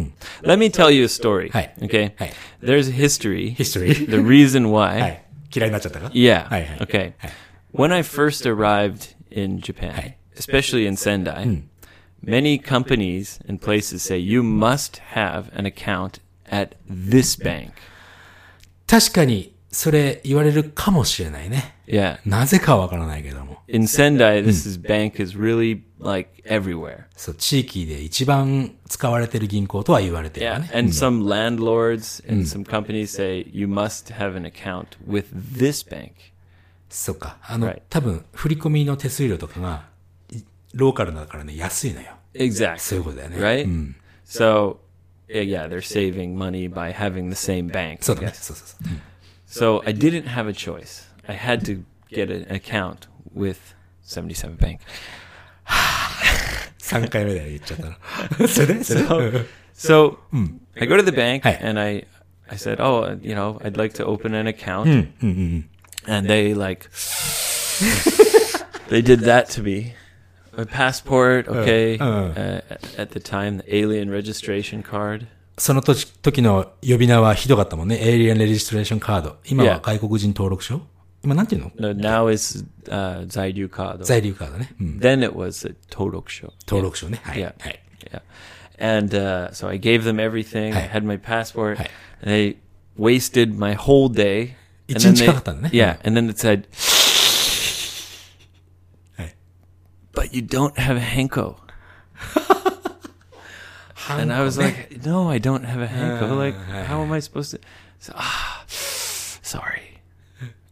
[SPEAKER 1] Let me tell you a story.
[SPEAKER 2] Hi.
[SPEAKER 1] Okay.
[SPEAKER 2] Hi.
[SPEAKER 1] There's a history.
[SPEAKER 2] ヒストリー。
[SPEAKER 1] The reason why.
[SPEAKER 2] はい。嫌いになっちゃったか
[SPEAKER 1] Yeah.
[SPEAKER 2] Hi, hi.
[SPEAKER 1] Okay.
[SPEAKER 2] Hi.
[SPEAKER 1] When I first arrived in Japan,
[SPEAKER 2] Hi. Hmm.
[SPEAKER 1] especially in Sendai, many companies and places say you must have an account at this bank.
[SPEAKER 2] 確かに、それ言われるかもしれないね。
[SPEAKER 1] Yeah.
[SPEAKER 2] なぜかはわからないけども。
[SPEAKER 1] In Sendai,
[SPEAKER 2] Hmm.
[SPEAKER 1] this is bank is really like everywhere.
[SPEAKER 2] そう、地域で一番使われてる銀行とは言われてるわ
[SPEAKER 1] Yeah.
[SPEAKER 2] ね。
[SPEAKER 1] And some landlords
[SPEAKER 2] Hmm.
[SPEAKER 1] and some companies say you must have an account with this bank.
[SPEAKER 2] そうか。あの
[SPEAKER 1] Right.、
[SPEAKER 2] 多分、振り込みの手数料とかが、いローカルだからね、安いのよ。そう
[SPEAKER 1] Exactly.
[SPEAKER 2] いうことだよね。
[SPEAKER 1] Right? So, yeah, yeah, they're saving money by having the same bank. I
[SPEAKER 2] そうだね。
[SPEAKER 1] guess.
[SPEAKER 2] そうそうそう。
[SPEAKER 1] So I didn't have a choice. I had to get an account with 77 Bank.
[SPEAKER 2] 3回目だよ、言っちゃった の。それでそれで
[SPEAKER 1] So I go to the bank
[SPEAKER 2] Hey.
[SPEAKER 1] and I, I said, oh, you know, I'd like to open an account. And they like, they did that to me. My passport, okay. Uh, at the time, the alien registration card.
[SPEAKER 2] その時時の呼び名はひどかったもんね。エイリアンレジストレーションカード。今は
[SPEAKER 1] Yeah.
[SPEAKER 2] 外国人登録証今なんていうの
[SPEAKER 1] No, now it's uh, Zaidu card.
[SPEAKER 2] 在留カードね。うん。
[SPEAKER 1] Then it was a Todoksho.
[SPEAKER 2] 登録証ね。はい。
[SPEAKER 1] Yeah.
[SPEAKER 2] はい。
[SPEAKER 1] Yeah. And uh, so I gave them everything. I had my passport.
[SPEAKER 2] Hey.
[SPEAKER 1] And they wasted my whole day. And
[SPEAKER 2] It's in Jakarta,
[SPEAKER 1] they,
[SPEAKER 2] eh?
[SPEAKER 1] yeah. And then it said,
[SPEAKER 2] Hey.
[SPEAKER 1] but you don't have a Henko. and I was like, no, I don't have a Henko.
[SPEAKER 2] Uh,
[SPEAKER 1] like, how am I supposed to? So, ah, sorry.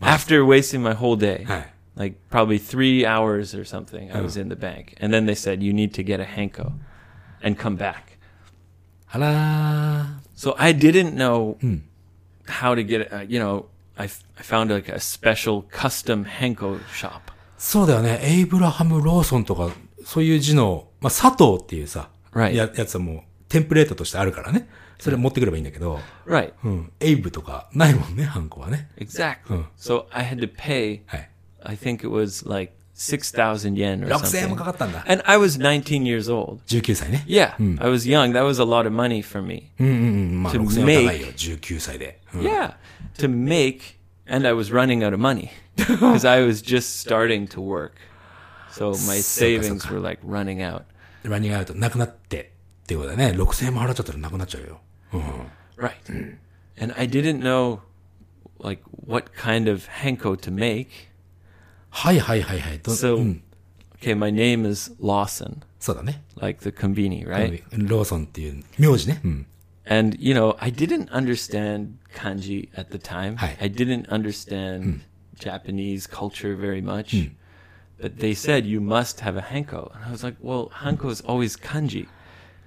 [SPEAKER 1] After wasting my whole day,
[SPEAKER 2] Hey. Oh.
[SPEAKER 1] like probably three hours or something, I was in the bank. And then they said, you need to get a Henko and come back.
[SPEAKER 2] あら
[SPEAKER 1] So I didn't know how to get it. Uh, you know, I, f- I found like a special custom Henko shop.
[SPEAKER 2] ー。そうだよね。エイブラハム・ローソンとか、そういう字の、まあ、佐藤っていうさ、
[SPEAKER 1] Right.
[SPEAKER 2] ややつはもう、テンプレートとしてあるからね。それ持ってくればいいんだけど、
[SPEAKER 1] Right.
[SPEAKER 2] うん。エイブとかないもんね、ハンコはね。
[SPEAKER 1] Exactly. So I had to pay,
[SPEAKER 2] はい。
[SPEAKER 1] I think it was like 6,000 yen or
[SPEAKER 2] 6000円も
[SPEAKER 1] something.
[SPEAKER 2] かかったんだ。
[SPEAKER 1] And I was 19 years old.
[SPEAKER 2] 19歳ね。
[SPEAKER 1] Yeah. I was young. That was a lot of money for me.
[SPEAKER 2] まあ、
[SPEAKER 1] to
[SPEAKER 2] 6000円は高いよ、19歳で。うん、
[SPEAKER 1] Yeah. To make, and I was running out of money because I was just starting to work. So my savings were like running out.
[SPEAKER 2] ランニングアウトなくなってっていうことだね。6000円も払っちゃったらなくなっちゃうよ。
[SPEAKER 1] Right. And I didn't know like what kind of Hanko to make.
[SPEAKER 2] はいはいはいはい。ど
[SPEAKER 1] So
[SPEAKER 2] うん
[SPEAKER 1] okay, my name is Lawson,
[SPEAKER 2] そうだね。
[SPEAKER 1] like the konbini, right?
[SPEAKER 2] ローソンっていう名字ね。うん。
[SPEAKER 1] And you know, I didn't understand kanji at the time.
[SPEAKER 2] Hi.
[SPEAKER 1] I didn't understand Japanese culture very much. But they said you must have a Hanko. And I was like, well, Hanko is always kanji.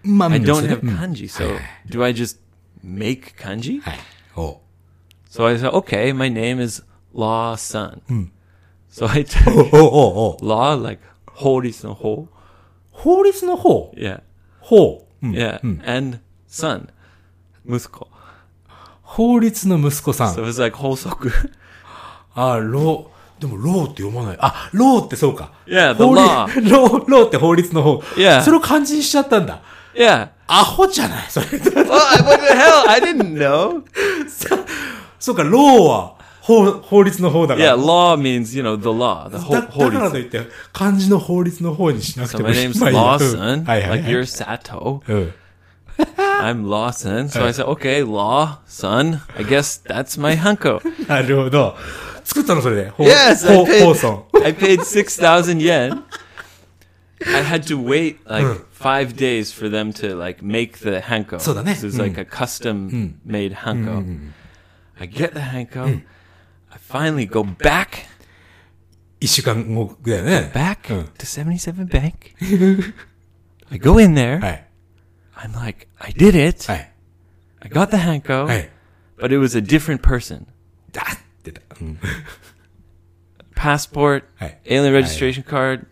[SPEAKER 2] まあ、
[SPEAKER 1] I don't
[SPEAKER 2] うん
[SPEAKER 1] have
[SPEAKER 2] うん
[SPEAKER 1] kanji, so do I just make kanji?
[SPEAKER 2] はい。おう
[SPEAKER 1] So I said, okay, my name is Law Sun. So I
[SPEAKER 2] お
[SPEAKER 1] took
[SPEAKER 2] うおうおう
[SPEAKER 1] Law, like, hold is no hole.
[SPEAKER 2] 法律の方
[SPEAKER 1] Yeah.
[SPEAKER 2] 法、うん
[SPEAKER 1] Yeah. And Sun, Musko.
[SPEAKER 2] 法律の息子さん。
[SPEAKER 1] So it was like Hosoku.
[SPEAKER 2] あ、ロー。でも、ローって読まない。あ、ローってそうか。
[SPEAKER 1] Yeah, the
[SPEAKER 2] 法律
[SPEAKER 1] law.
[SPEAKER 2] ロー、ローって法律の方。
[SPEAKER 1] Yeah.
[SPEAKER 2] それを漢字にしちゃったんだ。
[SPEAKER 1] Yeah.
[SPEAKER 2] アホじゃないそれ。
[SPEAKER 1] Oh, what the hell? I didn't know.
[SPEAKER 2] そうか、ローは法法律の方だか
[SPEAKER 1] Yeah,
[SPEAKER 2] ら。
[SPEAKER 1] law means, you know, the law, the
[SPEAKER 2] だ
[SPEAKER 1] whole
[SPEAKER 2] だからと
[SPEAKER 1] holy.
[SPEAKER 2] いって、漢字の法律の方にしなく
[SPEAKER 1] So
[SPEAKER 2] ても
[SPEAKER 1] my uh,
[SPEAKER 2] いい。
[SPEAKER 1] name's
[SPEAKER 2] まあいいやうん
[SPEAKER 1] Lawson.
[SPEAKER 2] はいはい
[SPEAKER 1] Like
[SPEAKER 2] はい。
[SPEAKER 1] you're Sato.
[SPEAKER 2] うん。
[SPEAKER 1] I'm Lawson. So I said, okay, law, son. I guess that's my hunko.
[SPEAKER 2] なるほど。作ったのそれで。ほう
[SPEAKER 1] Yes,
[SPEAKER 2] ほ
[SPEAKER 1] I
[SPEAKER 2] うほうそ
[SPEAKER 1] paid,
[SPEAKER 2] ん。
[SPEAKER 1] I paid 6,000 yen. I had to wait like five days for them to like make the hanko.
[SPEAKER 2] そうだね。
[SPEAKER 1] This is like a custom made hanko. I get the hanko. I finally go back,
[SPEAKER 2] 一週間後だよね。
[SPEAKER 1] back
[SPEAKER 2] うん。
[SPEAKER 1] to 77 Bank. I go in there.
[SPEAKER 2] はい。
[SPEAKER 1] I'm like, I did it.
[SPEAKER 2] はい。
[SPEAKER 1] I got the hanko,
[SPEAKER 2] はい。
[SPEAKER 1] but it was a different person.
[SPEAKER 2] だってた。うん。
[SPEAKER 1] passport,
[SPEAKER 2] Hey.
[SPEAKER 1] alien registration card.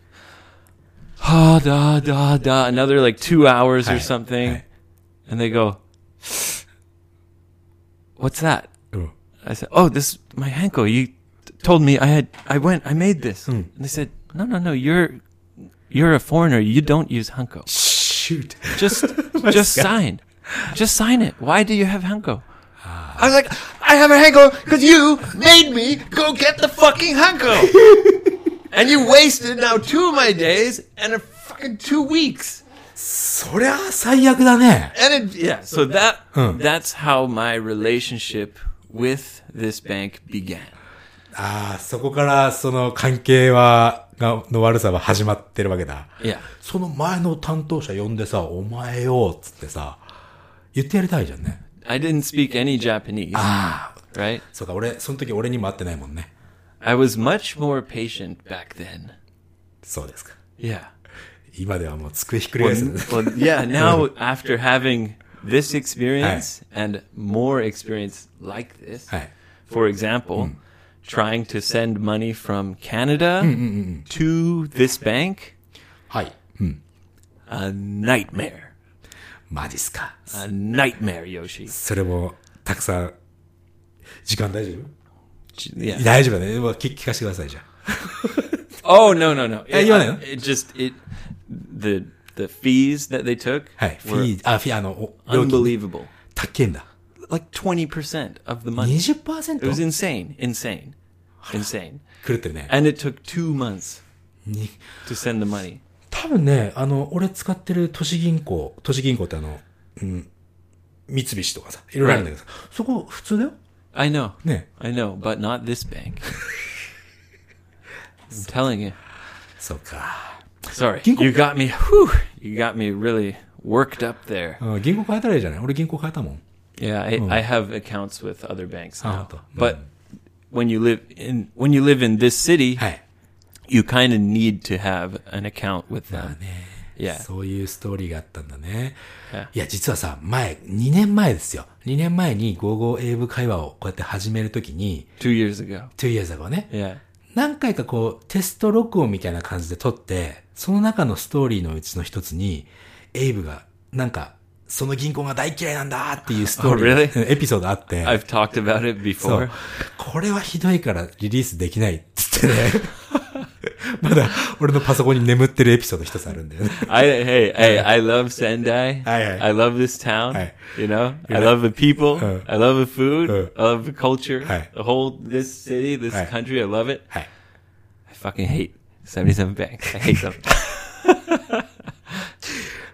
[SPEAKER 1] Ha da da da. Another like two hours or
[SPEAKER 2] Hey.
[SPEAKER 1] something,
[SPEAKER 2] Hey.
[SPEAKER 1] and they go, "What's that?"
[SPEAKER 2] うん。
[SPEAKER 1] I said, "Oh, this my Hanko. You t- told me I had. I went. I made this." And they said, "No, no, no. You're you're a foreigner. You don't use Hanko.
[SPEAKER 2] Shoot.
[SPEAKER 1] Just just
[SPEAKER 2] God.
[SPEAKER 1] sign. Just sign it. Why do you have Hanko?" I was like, I have a Hanko because you made me go get the fucking Hanko. and you wasted now two of my days and a fucking two weeks.
[SPEAKER 2] そりゃ最悪だね。
[SPEAKER 1] And it, yeah, so that,
[SPEAKER 2] Hmm.
[SPEAKER 1] that's how my relationship with this bank began.
[SPEAKER 2] ああ、そこからその関係は、が、の悪さは始まってるわけだ。
[SPEAKER 1] Yeah.
[SPEAKER 2] その前の担当者呼んでさ、お前よ、つってさ、言ってやりたいじゃんね。
[SPEAKER 1] I didn't speak any Japanese,
[SPEAKER 2] ああ。
[SPEAKER 1] right?
[SPEAKER 2] そうか、俺、その時俺にも会ってないもんね。
[SPEAKER 1] I was much more patient back then.
[SPEAKER 2] そうですか。
[SPEAKER 1] Yeah.
[SPEAKER 2] 今ではもう机ひっくり返す。
[SPEAKER 1] Well, yeah, now after having this experience and more experience like this,
[SPEAKER 2] はい。
[SPEAKER 1] for example, trying to send money from Canada mm. to this bank,
[SPEAKER 2] はい。うん。
[SPEAKER 1] a nightmare.
[SPEAKER 2] マジっすか。
[SPEAKER 1] A nightmare, Yoshi.
[SPEAKER 2] それも、たくさん、時間大丈
[SPEAKER 1] Yeah.
[SPEAKER 2] 夫大丈夫だね。まあ聞聞かせてください、じゃあ。
[SPEAKER 1] Oh no, no, no. It,
[SPEAKER 2] you wanna-
[SPEAKER 1] it just it the the fees that they took
[SPEAKER 2] はい。フ
[SPEAKER 1] were
[SPEAKER 2] ィー、あ、フィー、あの、お料金、
[SPEAKER 1] unbelievable.
[SPEAKER 2] たっけんだ。
[SPEAKER 1] Like 20% of the money. It was
[SPEAKER 2] 20%?
[SPEAKER 1] insane, insane, insane.
[SPEAKER 2] 狂ってるね。
[SPEAKER 1] And it took 2 months
[SPEAKER 2] に
[SPEAKER 1] to send the money.
[SPEAKER 2] 多分ね、あの、俺使ってる都市銀行、都市銀行ってあの、うん、三菱とかさ、いろいろあるんだけどさ、そこ普通だよ
[SPEAKER 1] I know.
[SPEAKER 2] Yeah.
[SPEAKER 1] I know, but not this bank. I'm telling you.
[SPEAKER 2] そうか。
[SPEAKER 1] Sorry. You got me. Whew, you got me really worked up there.
[SPEAKER 2] うん銀行変えたらいいじゃない俺銀行変えたもん。
[SPEAKER 1] Yeah, I, I have accounts with other banks now.
[SPEAKER 2] Oh.
[SPEAKER 1] But when you live in when you live in this city,
[SPEAKER 2] はい。
[SPEAKER 1] you kind of need to have an account with them. Yeah.
[SPEAKER 2] そういうストーリーがあったんだね
[SPEAKER 1] え。
[SPEAKER 2] いや、実はさ、前、2年前ですよ。2年前に55英語会話をこうやって始めるときに、
[SPEAKER 1] 2 years ago.
[SPEAKER 2] 2 years ago ね。
[SPEAKER 1] Yeah.
[SPEAKER 2] 何回かこう、テスト録音みたいな感じで撮って、その中のストーリーのうちの一つに、エイブが、なんか、その銀行が大嫌いなんだっていうストーリー、
[SPEAKER 1] Oh, really?
[SPEAKER 2] エピソードあって、
[SPEAKER 1] I've talked about it
[SPEAKER 2] そ
[SPEAKER 1] before.
[SPEAKER 2] う。これはひどいからリリースできないっつってね。 まだ、俺のパソコンに眠ってるエピソード一つあるん だよね。
[SPEAKER 1] I hey hey I love Sendai.
[SPEAKER 2] Aye, aye.
[SPEAKER 1] I love this town.
[SPEAKER 2] Aye.
[SPEAKER 1] You know, I love the people.
[SPEAKER 2] Uh.
[SPEAKER 1] I love the food.
[SPEAKER 2] Uh.
[SPEAKER 1] I love the culture.
[SPEAKER 2] Aye.
[SPEAKER 1] The whole this city, this
[SPEAKER 2] Aye.
[SPEAKER 1] country. I love it.
[SPEAKER 2] はい。
[SPEAKER 1] I fucking hate seventy seven banks. I hate them.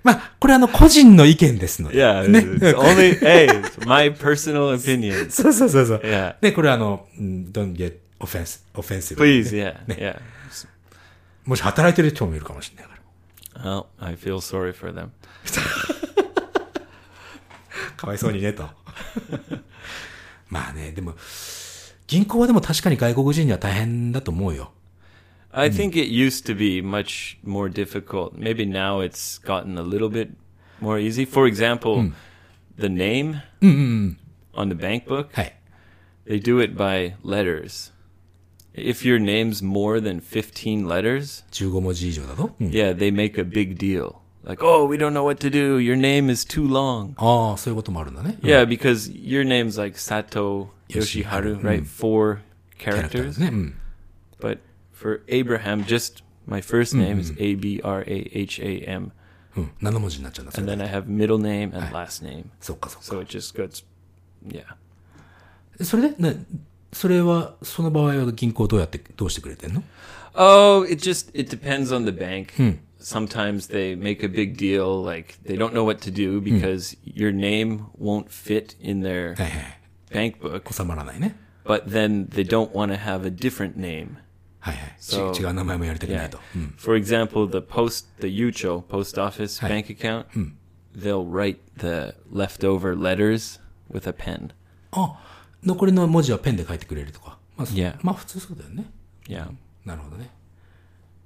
[SPEAKER 2] まあ、これあの、個人の意見ですので。
[SPEAKER 1] yeah, it's, it's only hey, it's my personal opinion.
[SPEAKER 2] そうそうそうそう。
[SPEAKER 1] Yeah.
[SPEAKER 2] で、これあの、うん don't get offense, offensive.
[SPEAKER 1] Please, yeah,
[SPEAKER 2] ね
[SPEAKER 1] yeah.
[SPEAKER 2] もし働いてる人もいるかもしれないから。
[SPEAKER 1] Well, I feel sorry for them.
[SPEAKER 2] かわいそうにね、と。 まあね、でも、銀行はでも確かに外国人には大変だと思うよ。
[SPEAKER 1] I think it used to be much more difficult. Maybe now it's gotten a little bit more easy. For example, the name on the bank book,
[SPEAKER 2] はい。
[SPEAKER 1] they do it by letters. If your name's more than 15 letters,
[SPEAKER 2] 15文字以上だぞ。うん、
[SPEAKER 1] yeah, they make a big deal. Like, oh, we don't know what to do. Your name is too long.
[SPEAKER 2] ああ、そういうこともあるんだね。
[SPEAKER 1] Yeah, because your name's like Sato Yoshiharu, right? Four characters.
[SPEAKER 2] ね。うん。
[SPEAKER 1] But for Abraham, just my first name is A B R A H A M,
[SPEAKER 2] うん。7文字になっちゃうんだ、それ
[SPEAKER 1] and then
[SPEAKER 2] で。
[SPEAKER 1] I have middle name and last name.
[SPEAKER 2] そっかそっか。
[SPEAKER 1] So it just goes, yeah.
[SPEAKER 2] それで、ね、それは、その場合は銀行どうやって、どうしてくれてんの
[SPEAKER 1] Oh, it just it depends on the bank. Sometimes they make a big deal, like they don't know what to do because your name won't fit in their
[SPEAKER 2] はいはい。
[SPEAKER 1] bank book,
[SPEAKER 2] 収まらないね。
[SPEAKER 1] but then they don't want to have a different name.
[SPEAKER 2] はいはい。ち
[SPEAKER 1] So-
[SPEAKER 2] 違う名前もやりたくないと。うん
[SPEAKER 1] For example, the post, the Yucho post office bank account, they'll write the leftover letters with a pen.
[SPEAKER 2] あ、残りの文字はペンで書いてくれるとか。まあ、そ
[SPEAKER 1] Yeah.
[SPEAKER 2] まあ普通そうだよね。
[SPEAKER 1] Yeah.
[SPEAKER 2] なるほどね。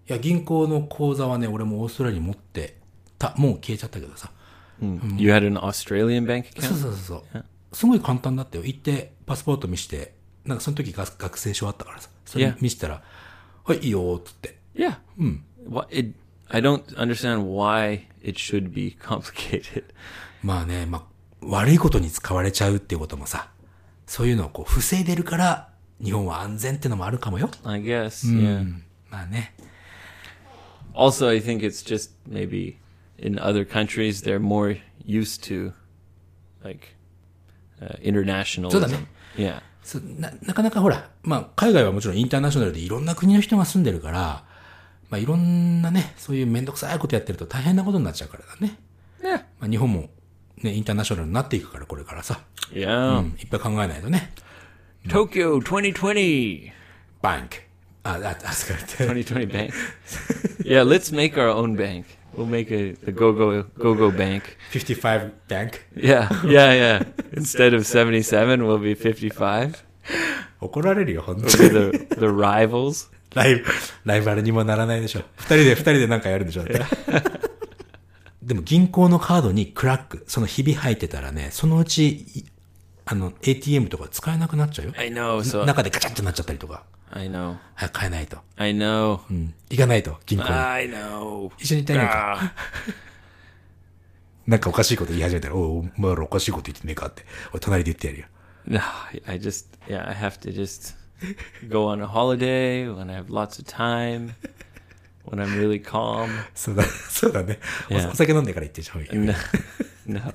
[SPEAKER 2] いや、銀行の口座はね、俺もオーストラリアに持ってた。もう消えちゃったけどさ。
[SPEAKER 1] Hmm. You had an Australian bank
[SPEAKER 2] そう
[SPEAKER 1] account?
[SPEAKER 2] そうそうそう。すごい簡単だったよ。行って、パスポート見して、なんかその時が学生証あったからさ。それ
[SPEAKER 1] Yeah.
[SPEAKER 2] 見したら、はい、いいよーっつって。
[SPEAKER 1] Yeah. Hmm. Why it, I don't understand why it should be complicated.
[SPEAKER 2] まあね、まあ、悪いことに使われちゃうっていうこともさ、そういうのをこう防いでるから、日本は安全ってのもあるかもよ。
[SPEAKER 1] I guess. Yeah.
[SPEAKER 2] まあね。
[SPEAKER 1] Also, I think it's just maybe in other countries they're more used to like uh, internationalism. Yeah.
[SPEAKER 2] そななかなかほら、まあ、海外はもちろんインターナショナルでいろんな国の人が住んでるから、まあ、いろんなね、そういうめんどくさいことやってると大変なことになっちゃうからだね。
[SPEAKER 1] Yeah.
[SPEAKER 2] まあ、日本も、ね、インターナショナルになっていくから、これからさ。
[SPEAKER 1] Yeah.
[SPEAKER 2] うん、いっぱい考えないとね。
[SPEAKER 1] Hmm. Tokyo 2020.
[SPEAKER 2] バンク。あ、あ、あ、すかって。
[SPEAKER 1] 2020 bank. yeah, let's make our own bank. We'll make a the go go go go bank.
[SPEAKER 2] 55バンク。
[SPEAKER 1] Yeah, yeah, yeah. Instead of 77, we'll be 55.
[SPEAKER 2] 怒られるよ、本 当
[SPEAKER 1] We'll be the the rivals.
[SPEAKER 2] ライブ、ライバルにもならないでしょ。二人で、二人でなんかやるんでしょ、だって。 でも銀行のカードにクラック、そのひび入ってたらね、そのうち、いあの、ATM とか使えなくなっちゃうよ。
[SPEAKER 1] I know. So
[SPEAKER 2] 中でガチャンとなっちゃったりとか。
[SPEAKER 1] I know.
[SPEAKER 2] はい、買えないと。
[SPEAKER 1] I know.
[SPEAKER 2] うん。行かないと、銀行に。
[SPEAKER 1] I know.
[SPEAKER 2] 一緒に行ったらいいのか。なんかおかしいこと言い始めたら、おうお前らおかしいこと言ってねえかって。俺、隣で言ってやるよ。
[SPEAKER 1] No, I just yeah, I have to just go on a holiday when I have lots of time, when I'm really calm.
[SPEAKER 2] そうだ、そうだね。お
[SPEAKER 1] Yeah.
[SPEAKER 2] お酒飲んでから行ってしょ。
[SPEAKER 1] No, no.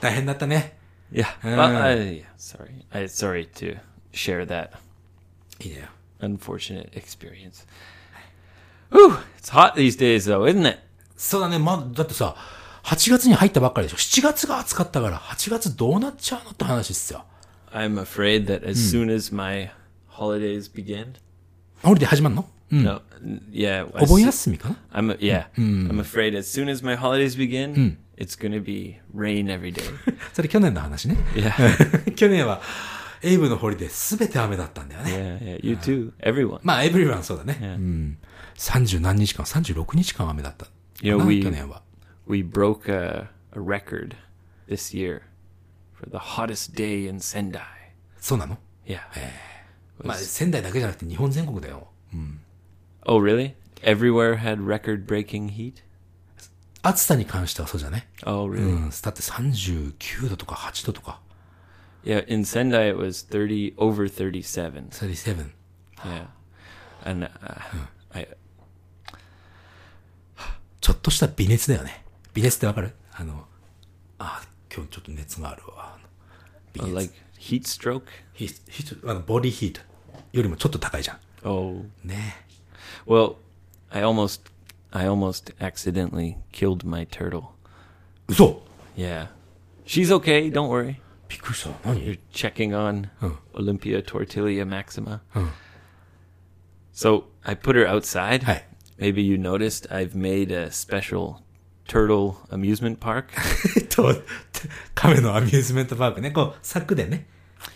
[SPEAKER 2] 大変だったね。
[SPEAKER 1] Yeah. Well, I, yeah. Sorry. I sorry to share that
[SPEAKER 2] いいだよ。
[SPEAKER 1] unfortunate experience. Whew, it's hot these days though, isn't it?
[SPEAKER 2] そうだね、まだってさ、8月に入ったばっかりでしょ。7月が暑かったから、8月どうなっちゃうのって話っすよ。
[SPEAKER 1] I'm afraid that as soon as my holidays begin,
[SPEAKER 2] ホリデー始まんのうん
[SPEAKER 1] no, n- yeah, I
[SPEAKER 2] お盆
[SPEAKER 1] s-
[SPEAKER 2] 休みかな
[SPEAKER 1] I'm uh, yeah, I'm afraid as soon as my holidays begin, it's gonna be rain every day.
[SPEAKER 2] それ去年の話 ね。
[SPEAKER 1] Yeah,
[SPEAKER 2] 去年は、エイブのホリデーすべて雨だったんだよね。
[SPEAKER 1] yeah, yeah. You too, everyone.
[SPEAKER 2] まあ、エブリワンそうだね。うん。30何日間、36日間雨だった。
[SPEAKER 1] You
[SPEAKER 2] か
[SPEAKER 1] know,
[SPEAKER 2] な
[SPEAKER 1] we
[SPEAKER 2] 去年は。
[SPEAKER 1] we broke a, a record this year for the hottest day in Sendai.
[SPEAKER 2] そうなの
[SPEAKER 1] Yeah.
[SPEAKER 2] まあ、仙台だけじゃなくて日本全国だよ。
[SPEAKER 1] Oh, really? Everywhere had record-breaking heat.
[SPEAKER 2] 暑さに関してはそうじゃない
[SPEAKER 1] Oh,
[SPEAKER 2] う
[SPEAKER 1] really?
[SPEAKER 2] ん。だって39度とか8度とか、
[SPEAKER 1] Yeah. In Sendai, it was thirty over thirty-seven.
[SPEAKER 2] 37。
[SPEAKER 1] Yeah, and uh, I
[SPEAKER 2] ちょっとした微熱だよね。微熱ってわかるあの、あ、今日ちょっと熱があるわ。微
[SPEAKER 1] uh,
[SPEAKER 2] 熱。
[SPEAKER 1] like heat stroke.
[SPEAKER 2] ヒートヒートあのボディヒートよりもちょっと高いじゃ
[SPEAKER 1] Oh,
[SPEAKER 2] ん。ね
[SPEAKER 1] well, I almost I almost accidentally killed my turtle.
[SPEAKER 2] 嘘
[SPEAKER 1] Yeah, she's okay. Don't worry.
[SPEAKER 2] びっくりした。何
[SPEAKER 1] checking on
[SPEAKER 2] Oh.
[SPEAKER 1] Olympia Tortilla Maxima.
[SPEAKER 2] Oh.
[SPEAKER 1] So I put her outside.
[SPEAKER 2] Hi.
[SPEAKER 1] Maybe you noticed I've made a special turtle amusement park.
[SPEAKER 2] えっ と、亀のアミューズメントパークね。こう、柵でね、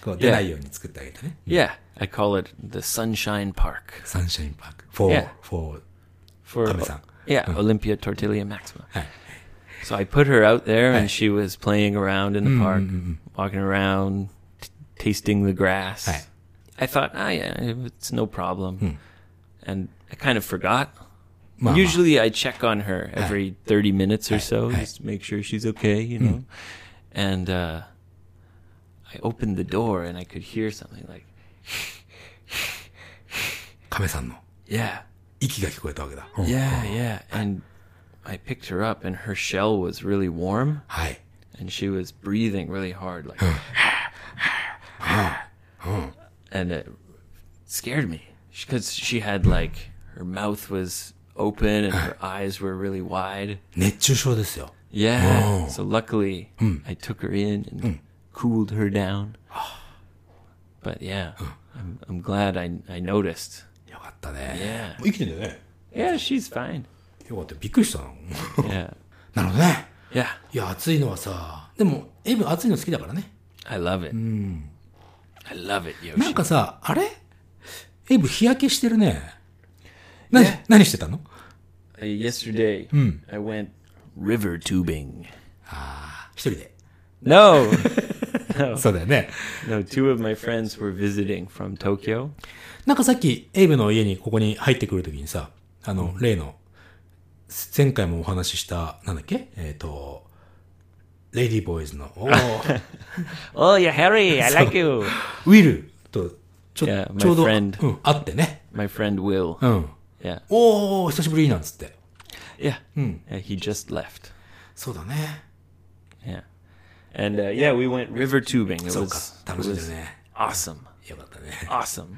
[SPEAKER 2] こう出ないように作ってあげてね。
[SPEAKER 1] yeah, I call it the Sunshine Park
[SPEAKER 2] サンシャインパーク。for,
[SPEAKER 1] Yeah.
[SPEAKER 2] for,
[SPEAKER 1] for
[SPEAKER 2] Kame-san.
[SPEAKER 1] yeah Olympia Tortilla Maxima.
[SPEAKER 2] Hi.
[SPEAKER 1] So I put her out there,
[SPEAKER 2] Hi.
[SPEAKER 1] and she was playing around in the park, walking around, t- tasting the grass.
[SPEAKER 2] Hi.
[SPEAKER 1] I thought, ah, yeah, it's no problem, and I kind of forgot.
[SPEAKER 2] まあ、ま
[SPEAKER 1] Usually, I check on her every 30 minutes or so,
[SPEAKER 2] Hey.
[SPEAKER 1] just to make sure she's okay, you know. And uh, I opened the door and I could hear something like,
[SPEAKER 2] 亀さんの
[SPEAKER 1] Yeah.
[SPEAKER 2] 息が聞こえたわけだ。うん
[SPEAKER 1] Yeah, yeah. And I picked her up, and her shell was really warm,
[SPEAKER 2] はい。
[SPEAKER 1] and she was breathing really hard, like. and it scared me because she had like her mouth was open and her eyes were really wide.
[SPEAKER 2] 熱中症ですよ。
[SPEAKER 1] Yeah. So luckily, I took her in and cooled her down. But yeah, I'm, I'm glad I I noticed.
[SPEAKER 2] よかったね。
[SPEAKER 1] Yeah.
[SPEAKER 2] もう生きてんだよね。
[SPEAKER 1] Yeah, she's fine.
[SPEAKER 2] よかった。びっくりした な。
[SPEAKER 1] Yeah.
[SPEAKER 2] なるほどね。
[SPEAKER 1] Yeah.
[SPEAKER 2] いや、暑いのはさ、でも、エイブ暑いの好きだからね。
[SPEAKER 1] I love it. I love it,
[SPEAKER 2] なん
[SPEAKER 1] Yoshi.
[SPEAKER 2] かさ、あれエイブ日焼けしてるね。な、何してたの
[SPEAKER 1] Uh, yesterday, I went river tubing.
[SPEAKER 2] 一人で。
[SPEAKER 1] No,
[SPEAKER 2] そうだよね。
[SPEAKER 1] no. Two of my friends were visiting from Tokyo.
[SPEAKER 2] なんかさっき、エイブの家にここに入ってくるときにさ、あの、例の、前回もお話しした、なんだっけえっ、と、レイディーボーイ ズの、おー
[SPEAKER 1] Oh, you're hairy. I like you.
[SPEAKER 2] ウィルとちょ
[SPEAKER 1] Yeah, my
[SPEAKER 2] ちょうど、うん、
[SPEAKER 1] friend.
[SPEAKER 2] 会ってね。
[SPEAKER 1] My friend Will.
[SPEAKER 2] うん。
[SPEAKER 1] Yeah.
[SPEAKER 2] おー、久しぶりなんつって。
[SPEAKER 1] Yeah. yeah. He just left.
[SPEAKER 2] そうだね。
[SPEAKER 1] Yeah. And uh, yeah, we went river tubing. It
[SPEAKER 2] そうか
[SPEAKER 1] was,、
[SPEAKER 2] 楽
[SPEAKER 1] it
[SPEAKER 2] しんで
[SPEAKER 1] was
[SPEAKER 2] るね。
[SPEAKER 1] awesome.
[SPEAKER 2] よかったね。
[SPEAKER 1] Awesome.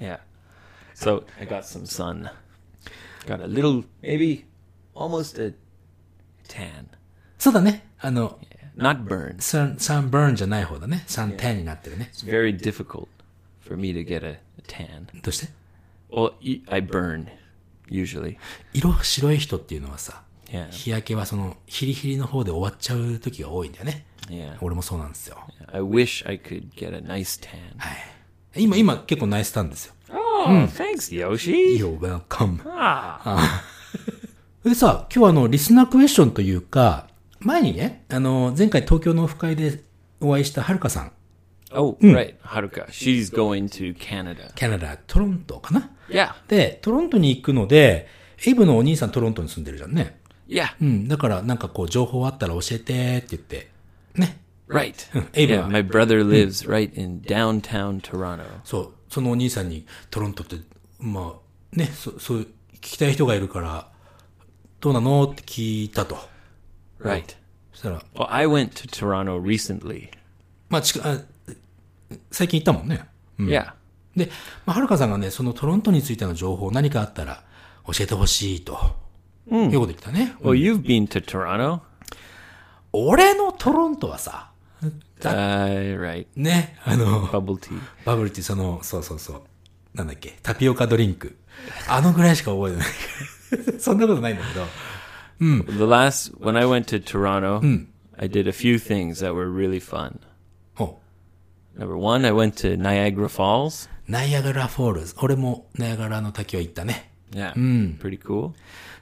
[SPEAKER 1] Yeah. So I got some sun. Got a little, maybe almost a tan.
[SPEAKER 2] そうだね。あの、
[SPEAKER 1] Not burn.
[SPEAKER 2] サン、サンバーンじゃない方だね。サンテンになってるね。
[SPEAKER 1] It's very difficult for me to get a, a tan.
[SPEAKER 2] どうして
[SPEAKER 1] Well, y- I burn usually.
[SPEAKER 2] 色白い人っていうのはさ、
[SPEAKER 1] Yeah.
[SPEAKER 2] 日焼けはその、ヒリヒリの方で終わっちゃう時が多いんだよね。
[SPEAKER 1] Yeah.
[SPEAKER 2] 俺もそうなんですよ。
[SPEAKER 1] I wish I could get a nice tan.
[SPEAKER 2] 今、今結構ナイスターンですよ。
[SPEAKER 1] Oh, thanks, Yoshi.
[SPEAKER 2] You're welcome.
[SPEAKER 1] Ah.
[SPEAKER 2] でさ、今日はあの、リスナークエスチョンというか、前にね、あの、前回東京のオフ会でお会いしたはるかさん、
[SPEAKER 1] Oh, right. Haruka. She's going to Canada.
[SPEAKER 2] キャナダ、トロントかな
[SPEAKER 1] Yeah.
[SPEAKER 2] で、トロントに行くので、エイブのお兄さんトロントに住んでるじゃんね。
[SPEAKER 1] Yeah.
[SPEAKER 2] うん、だからなんかこう、情報あったら教えてって言って、ね。
[SPEAKER 1] Right.
[SPEAKER 2] Ava.
[SPEAKER 1] Yeah, my brother lives right in downtown Toronto.
[SPEAKER 2] そう、そのお兄さんにトロントって、まあ、ね、そそういう、聞きたい人がいるから、どうなのって聞いたと。
[SPEAKER 1] Right.
[SPEAKER 2] そしたら、
[SPEAKER 1] Well, I went to Toronto recently.
[SPEAKER 2] まあ、ちか、あ最近行ったもんね。
[SPEAKER 1] Yeah.
[SPEAKER 2] で、まあ、はるかさんがね、そのトロントについての情報何かあったら教えてほしいと、いうこと言ってたね。
[SPEAKER 1] Well, you've been to Toronto.
[SPEAKER 2] 俺のトロントはさ、
[SPEAKER 1] Uh, right.
[SPEAKER 2] ね、あの、
[SPEAKER 1] Bubble tea.
[SPEAKER 2] バブルってその、そうそうそう。なんだっけ、タピオカドリンク。あのぐらいしか覚えてない。 そんなことないんだけど。
[SPEAKER 1] The last when I went to Toronto, I did a few things that were really fun.
[SPEAKER 2] ほう
[SPEAKER 1] Number one, I went to Niagara Falls.
[SPEAKER 2] ナイアガラフォールズ。俺もナイアガラの滝は行ったね。
[SPEAKER 1] Yeah, pretty cool.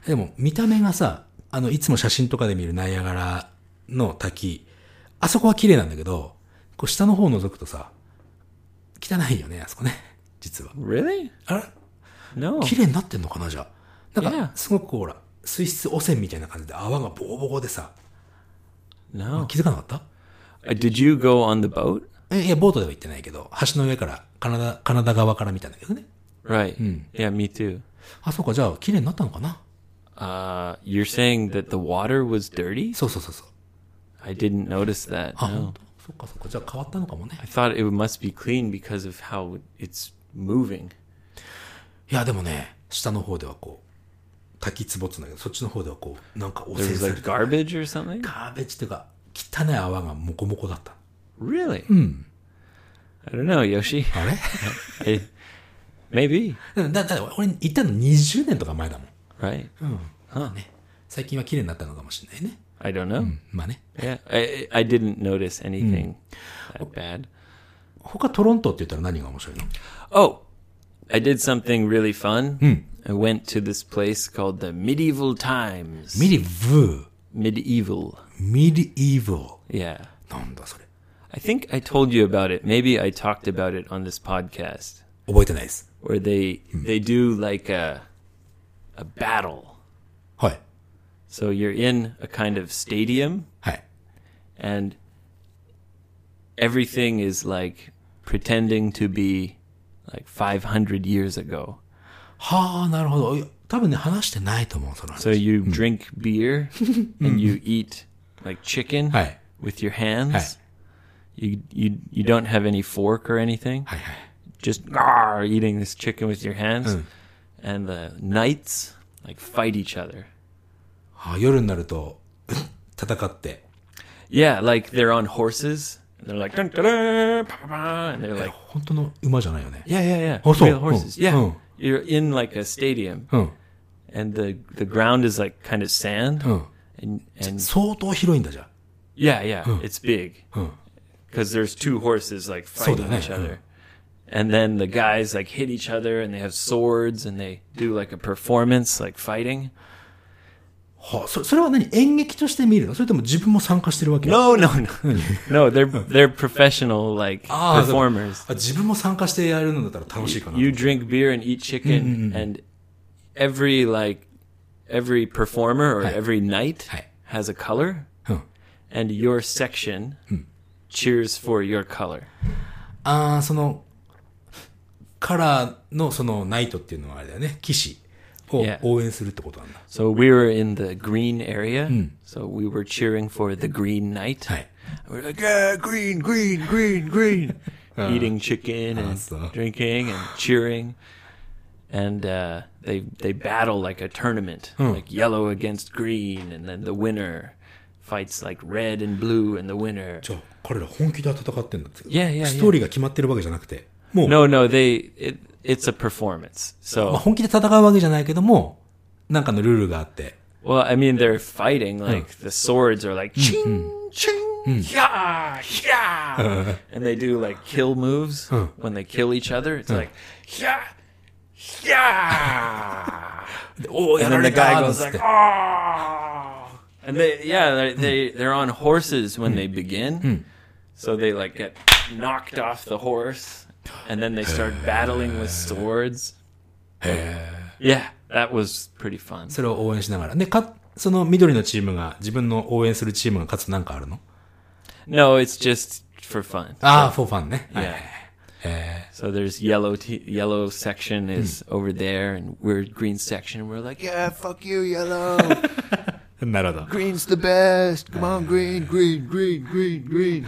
[SPEAKER 2] でも、見た目がさ、あの、いつも写真とかで見るナイアガラの滝、あそこは綺麗なんだけど、こう下の方を覗くとさ、汚いよね、あそこね。実は。
[SPEAKER 1] Really?
[SPEAKER 2] あれ
[SPEAKER 1] No.
[SPEAKER 2] 綺麗になってんのかな、じゃあ。なん
[SPEAKER 1] い
[SPEAKER 2] か
[SPEAKER 1] や、
[SPEAKER 2] すごくこうほら、水質汚染みたいな感じで泡がボコボコでさ、
[SPEAKER 1] No.
[SPEAKER 2] 気づかなかった
[SPEAKER 1] Uh, did you go on the boat?
[SPEAKER 2] えいや、ボートでは行ってないけど、橋の上から、カナダ、カナダ側から見たんだけどね。
[SPEAKER 1] Right. Yeah, me too.
[SPEAKER 2] あ、そうか、じゃあ、綺麗になったのかな
[SPEAKER 1] Uh, you're saying that the water was dirty?
[SPEAKER 2] そうそうそうそう。
[SPEAKER 1] I didn't notice that.
[SPEAKER 2] あ、ほ
[SPEAKER 1] No.
[SPEAKER 2] んとそっかそっか、じゃあ変わったのかもね
[SPEAKER 1] I。thought it must be clean because of how it's moving.
[SPEAKER 2] いや、でもね、下の方ではこう、滝壺っつうんだけど、そっちの方ではこう、なんか汚
[SPEAKER 1] There
[SPEAKER 2] 染
[SPEAKER 1] was
[SPEAKER 2] され
[SPEAKER 1] like
[SPEAKER 2] た。
[SPEAKER 1] garbage or something?
[SPEAKER 2] ガーベージっていうか、汚い泡がモコモコだった。
[SPEAKER 1] Really? I don't know, Yoshi.
[SPEAKER 2] あれ
[SPEAKER 1] Hey, maybe.
[SPEAKER 2] だ、だ、俺、行ったの20年とか前だもん。
[SPEAKER 1] Right.
[SPEAKER 2] 最近は綺麗になったのかもしれないね。
[SPEAKER 1] I don't know.
[SPEAKER 2] まあね。
[SPEAKER 1] Yeah, I I didn't notice anything that bad.
[SPEAKER 2] 他トロントって言ったら何が面白いの
[SPEAKER 1] Oh, I did something really fun. I went to this place called the Medieval Times.
[SPEAKER 2] ミリブ
[SPEAKER 1] Medieval.
[SPEAKER 2] ー、ミリイーブル。
[SPEAKER 1] Yeah.
[SPEAKER 2] なんだそれ。
[SPEAKER 1] I think I told you about it. Maybe I talked about it on this podcast
[SPEAKER 2] 覚えてないです。
[SPEAKER 1] where they they do like a a battle.
[SPEAKER 2] はい。
[SPEAKER 1] So you're in a kind of stadium
[SPEAKER 2] はい。
[SPEAKER 1] and everything is like pretending to be like 500 years ago.
[SPEAKER 2] はあ、なるほど。いや多分ね、話してないと思う、その話。
[SPEAKER 1] So you drink beer and you eat like chicken
[SPEAKER 2] Mm. Hi.
[SPEAKER 1] with your hands.
[SPEAKER 2] Hi.
[SPEAKER 1] You you you don't have any fork or anything.
[SPEAKER 2] はいはい。
[SPEAKER 1] Just "Arr," eating this chicken with your hands.
[SPEAKER 2] Mm.
[SPEAKER 1] And the knights like fight each other.
[SPEAKER 2] はあ、夜になると、 戦って。
[SPEAKER 1] Yeah, like they're on horses. And they're like dun, dun, dun, pa, pa, pa," and they're like
[SPEAKER 2] 本当の馬じゃないよね。
[SPEAKER 1] yeah, yeah, yeah.
[SPEAKER 2] Oh, so,
[SPEAKER 1] Real horses.
[SPEAKER 2] oh,
[SPEAKER 1] Yeah.
[SPEAKER 2] oh.
[SPEAKER 1] You're in like a stadium
[SPEAKER 2] うん。
[SPEAKER 1] and the the ground is like kind of sand.
[SPEAKER 2] Oh.
[SPEAKER 1] And and
[SPEAKER 2] 相当広いんだじゃん。
[SPEAKER 1] yeah, yeah, it's big.
[SPEAKER 2] Oh.
[SPEAKER 1] Because there's two horses like fighting
[SPEAKER 2] that,
[SPEAKER 1] each
[SPEAKER 2] yeah.
[SPEAKER 1] other. And then the guys like hit each other and they have swords and they do like a performance like fighting.
[SPEAKER 2] はあ、そそれは何演劇として見るのそれとも自分も参加してるわけ
[SPEAKER 1] No, no, no. Ah, no, they're they're professional like
[SPEAKER 2] あ あ
[SPEAKER 1] performers.
[SPEAKER 2] あ自分も参加してやるのだったら楽しいかな。
[SPEAKER 1] you drink beer and eat chicken and every like every performer or every night
[SPEAKER 2] Hi.
[SPEAKER 1] has a color
[SPEAKER 2] Huh.
[SPEAKER 1] and your section cheers for your color
[SPEAKER 2] ああ、その、カラーのそのナイトっていうのはあれだよね。騎士を
[SPEAKER 1] Yeah.
[SPEAKER 2] 応援するってことなんだ。
[SPEAKER 1] so we were in the green area so we were cheering for the green knight
[SPEAKER 2] はい。
[SPEAKER 1] we're like yeah green green green green eating chicken and
[SPEAKER 2] so-
[SPEAKER 1] drinking and cheering and uh, they they battle like a tournament, like yellow against green, and then the winner fights like red and blue, and the winner.
[SPEAKER 2] じゃあ、彼ら本気で戦ってんだって。
[SPEAKER 1] いやいやいや
[SPEAKER 2] ストーリーが決まってるわけじゃなくて、もう、
[SPEAKER 1] No, no, they it, it's a performance.
[SPEAKER 2] ま
[SPEAKER 1] So
[SPEAKER 2] あ、本気で戦うわけじゃないけども、なんかのルールがあって。
[SPEAKER 1] well, I mean, they're fighting like the swords are like ching ching yeah yeah, and they do like kill moves when they kill each other. It's like yeah yeah.
[SPEAKER 2] おお、や
[SPEAKER 1] And
[SPEAKER 2] ら
[SPEAKER 1] then the
[SPEAKER 2] れた
[SPEAKER 1] guy
[SPEAKER 2] ーっ
[SPEAKER 1] goes
[SPEAKER 2] つっ
[SPEAKER 1] like,
[SPEAKER 2] て。
[SPEAKER 1] oh. And they, yeah, they, they, they're on horses when they begin. So they like get knocked off the horse and then they start battling with swords. Yeah, that was pretty fun.
[SPEAKER 2] それを応援しながら。で、か、その緑のチームが、自分の応援するチームが勝つとなんかあるの
[SPEAKER 1] No, it's just for fun.
[SPEAKER 2] ああ、フォーファンね。はい
[SPEAKER 1] Yeah. So there's yellow t- yellow section is over there and we're green section and we're like, yeah,
[SPEAKER 3] fuck you, yellow.
[SPEAKER 2] なるほど。
[SPEAKER 3] Green's the best. Come on, green, green, green, green, green.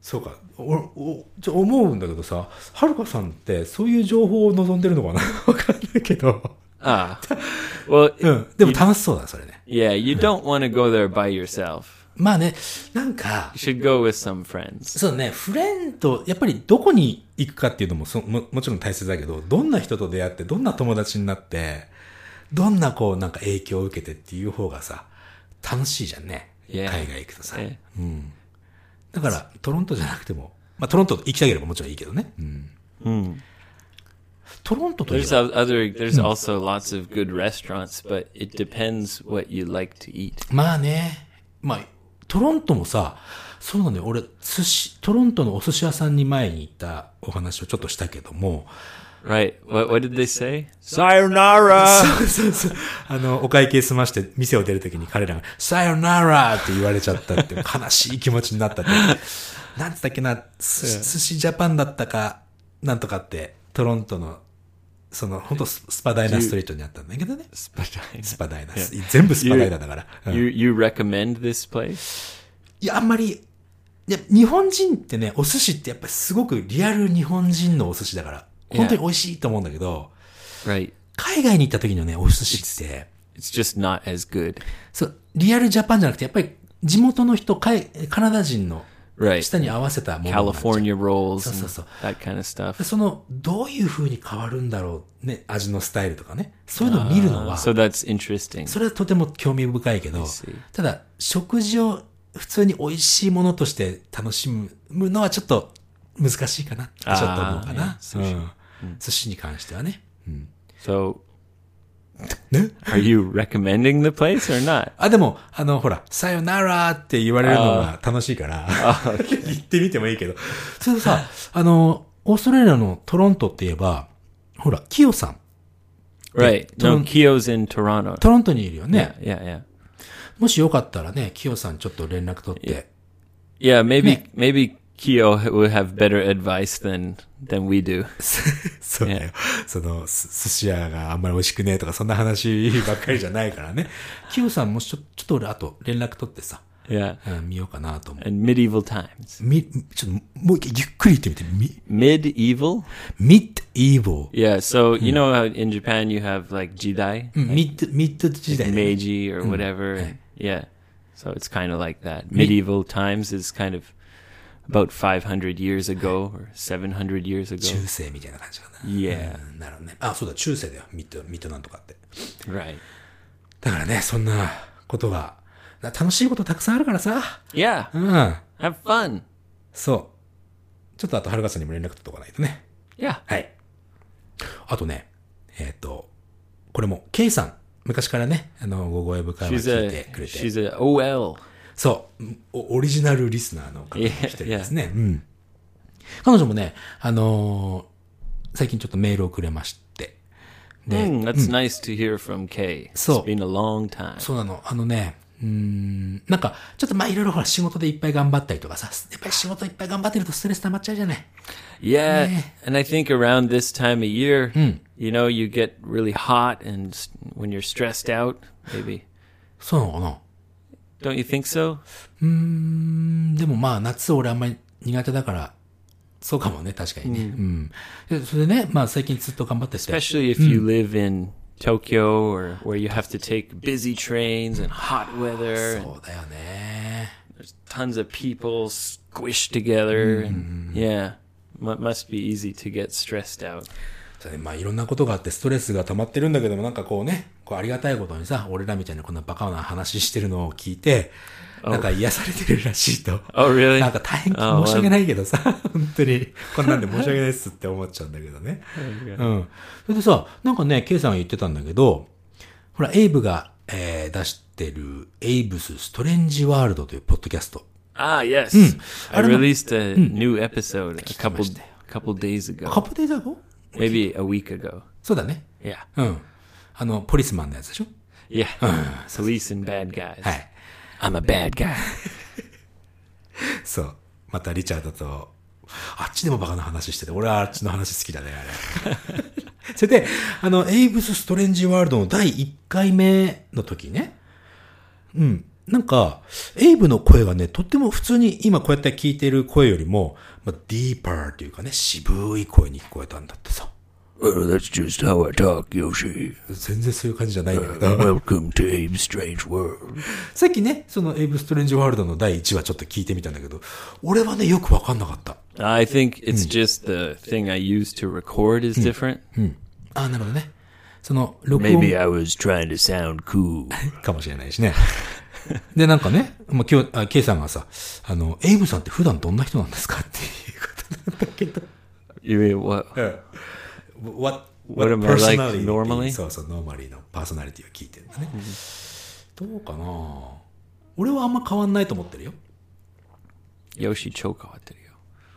[SPEAKER 2] そうか。お、お、ちょ、思うんだけどさ、はるかさんって、そういう情報を望んでるのかな わかんないけど。
[SPEAKER 1] ah. Well,
[SPEAKER 2] うん。でも楽しそうだ、それね。
[SPEAKER 1] yeah, you don't want to go there by yourself.
[SPEAKER 2] まあね、なんか
[SPEAKER 1] You、should go with some friends.
[SPEAKER 2] そうね、フレンと、やっぱりどこに行くかっていうのもそも、もちろん大切だけど、どんな人と出会って、どんな友達になって、どんなこう、なんか影響を受けてっていう方がさ、楽しいじゃんね。
[SPEAKER 1] Yeah.
[SPEAKER 2] 海外行くとさ。
[SPEAKER 1] Yeah.
[SPEAKER 2] だから、トロントじゃなくても、まあトロント行きたければもちろんいいけどね。うん。トロントといえ
[SPEAKER 1] There's
[SPEAKER 2] ば、
[SPEAKER 1] o- other. There's also lots of good restaurants, but it depends what you like to eat.
[SPEAKER 2] まあね、まあ、トロントもさ、そうなんだよ。俺、寿司、トロントのお寿司屋さんに前に行ったお話をちょっとしたけども、
[SPEAKER 1] Right? What What did they say?
[SPEAKER 3] Sayonara.
[SPEAKER 2] そうそう。あの、お会計済まして、店を出るときに彼らが、さよならって言われちゃったって、悲しい気持ちになったって。 なんつったっけな、す寿司ジャパンだったか、なんとかって、トロントの、その、本当ススパダイナストリートにあったんだけどね。スパダイナ。スパダイナ。全部スパダイナだから。う ん
[SPEAKER 1] You You recommend this place?
[SPEAKER 2] いや、あんまり、いや、日本人ってね、お寿司ってやっぱりすごくリアル日本人のお寿司だから、本当に美味しいと思うんだけど、
[SPEAKER 1] Right.
[SPEAKER 2] 海外に行った時のね、お寿司って、
[SPEAKER 1] It's just not as good.
[SPEAKER 2] そう、リアルジャパンじゃなくて、やっぱり地元の人、かいカナダ人の
[SPEAKER 1] Right.
[SPEAKER 2] 舌に合わせたものになっちゃう
[SPEAKER 1] California rolls
[SPEAKER 2] So, so,
[SPEAKER 1] and
[SPEAKER 2] so.
[SPEAKER 1] that kind of stuff.
[SPEAKER 2] その、どういう風に変わるんだろうね、味のスタイルとかね。そういうのを見るのは、
[SPEAKER 1] So that's interesting.
[SPEAKER 2] それはとても興味深いけど
[SPEAKER 1] see.、
[SPEAKER 2] ただ、食事を普通に美味しいものとして楽しむのはちょっと難しいかなってちょっと思うかな。うん寿司に関してはね。
[SPEAKER 1] So,
[SPEAKER 2] ね
[SPEAKER 1] are you recommending the place or not?
[SPEAKER 2] あ、でも、あの、ほら、さよならって言われるのが楽しいから、 言ってみてもいいけど。それとさ、あの、オーストラリアのトロントって言えば、ほら、キヨさん、
[SPEAKER 1] Right. No,
[SPEAKER 2] Toron-
[SPEAKER 1] Kyo's in Toronto.
[SPEAKER 2] トロントにいるよね。
[SPEAKER 1] Yeah, yeah.
[SPEAKER 2] もしよかったらね、キヨさんちょっと連絡取って。
[SPEAKER 1] Yeah, maybe maybe Kyo will have better advice than than we do.
[SPEAKER 2] そうだよ。その、す寿司屋があんまり美味しくねえとか、そんな話ばっかりじゃないからね。キヨさんもちょ、ちょっと俺、あと連絡取ってさ、
[SPEAKER 1] Yeah.
[SPEAKER 2] うん見ようかなと思う。
[SPEAKER 1] And medieval times.
[SPEAKER 2] み、ちょっと、もう一回ゆっくり言ってみて。
[SPEAKER 1] Medieval? Hmm.
[SPEAKER 2] ミ、ミッドイーボー。
[SPEAKER 1] Yeah, so you know how in Japan you have like Jidai,
[SPEAKER 2] うんミッド、ミッド時代ね。
[SPEAKER 1] Meiji or whatever. Yeah. So it's kind of like that. Medieval times is kind of about 500 years ago or 700 years ago.
[SPEAKER 2] 中世みたいな感じかな。
[SPEAKER 1] Yeah.
[SPEAKER 2] うんなるほどね。あ、そうだ、中世だよ。ミッド、ミッドなんとかって。
[SPEAKER 1] Right.
[SPEAKER 2] だからね、そんなことが、な楽しいことたくさんあるからさ。
[SPEAKER 1] Yeah.
[SPEAKER 2] うん。
[SPEAKER 1] Have fun.
[SPEAKER 2] そう。ちょっとあと、はるかさんにも連絡取っとかないとね。
[SPEAKER 1] Yeah.
[SPEAKER 2] はい。あとね、えっ、と、これも、K さん。昔からね、あの、ご声深いを
[SPEAKER 1] She's
[SPEAKER 2] 聞いて
[SPEAKER 1] a
[SPEAKER 2] くれて。
[SPEAKER 1] she's a OL.
[SPEAKER 2] そうおオリジナルリスナーの方の一人ですね。うん。彼女もね、あのー最近ちょっとメールをくれまして。で、
[SPEAKER 1] Mm, that's nice to hear from Kay.
[SPEAKER 2] So-
[SPEAKER 1] it's been a long time.
[SPEAKER 2] そうなの。あのね、うーん、なんか、ちょっとまあいろいろほら仕事でいっぱい頑張ったりとかさ、やっぱり仕事いっぱい頑張ってるとストレス溜まっちゃうじゃない。
[SPEAKER 1] yeah, and I think around this time of year, you know, you get really hot, and s- when you're stressed out, maybe
[SPEAKER 2] そうなのかな
[SPEAKER 1] don't you think so?
[SPEAKER 2] うんでもまあ夏俺あんまり苦手だから、そうかもね、確かにね。うん。でそれでね、まあ最近ずっと頑張ってて。
[SPEAKER 1] Especially if you live in Tokyo or where you have to take busy trains and hot weather,
[SPEAKER 2] そ
[SPEAKER 1] and
[SPEAKER 2] うだよね。
[SPEAKER 1] tons of people squished together, and yeah, mu must be easy to get stressed out.
[SPEAKER 2] そうねまあいろんなことがあってストレスが溜まってるんだけども、なんかこうね、こうありがたいことにさ、俺らみたいなこんなバカな話してるのを聞いて、なんか癒されてるらしいと。
[SPEAKER 1] Oh, really?
[SPEAKER 2] なんか大変申
[SPEAKER 1] Oh,
[SPEAKER 2] し訳
[SPEAKER 1] well,
[SPEAKER 2] ないけどさ、本当に、こんなんで申し訳ないですって思っちゃうんだけどね。うん。それでさ、なんかね、ケイさんが言ってたんだけど、ほら、エイブが、えー出してる、エイブスストレンジワールドというポッドキャスト。
[SPEAKER 1] ah, yes. I released a new episode a couple Hmm. couple days
[SPEAKER 2] カ
[SPEAKER 1] ago,
[SPEAKER 2] ップデイザーゴ
[SPEAKER 1] maybe a week ago.
[SPEAKER 2] そうだね。
[SPEAKER 1] Yeah.
[SPEAKER 2] うん。あの、ポリスマンのやつでしょ
[SPEAKER 1] Yeah. Police and bad guys.
[SPEAKER 2] はい。
[SPEAKER 1] I'm a bad guy.
[SPEAKER 2] そう。またリチャードと、あっちでもバカな話してて、俺はあっちの話好きだね、あ れ。それで、あの、エイブス・ストレンジ・ワールドの第1回目の時ね。うん。なんか、エイブの声がね、とっても普通に今こうやって聞いてる声よりも、まあ、ディーパーというかね、渋い声に聞こえたんだってさ。
[SPEAKER 1] Oh,
[SPEAKER 3] Well, that's just how I talk, Yoshi.
[SPEAKER 2] 全然そういう感じじゃないんだけど。
[SPEAKER 3] Welcome to Abe's Strange World.
[SPEAKER 2] さっきね、そのエイブ・ストレンジ・ワールドの第1話ちょっと聞いてみたんだけど、俺はね、よくわかんなかった。
[SPEAKER 1] I think it's just the thing I use to record is different.
[SPEAKER 2] ああ、なるほどね。その、録音。
[SPEAKER 3] Maybe I was trying to sound cool.
[SPEAKER 2] かもしれないしね。で、なんかね、まあ、今日、あ、ケイさんがさ、あの、エイブさんって普段どんな人なんですかっていうことなんだけど。
[SPEAKER 1] You mean what?
[SPEAKER 2] What,
[SPEAKER 1] What am I like
[SPEAKER 2] personality？
[SPEAKER 1] normally？
[SPEAKER 2] そうそう、ノーマリーのパーソナリティを聞いてるんだね。どうかな俺はあんま変わんないと思ってるよ。
[SPEAKER 1] Yoshi Chokohatario.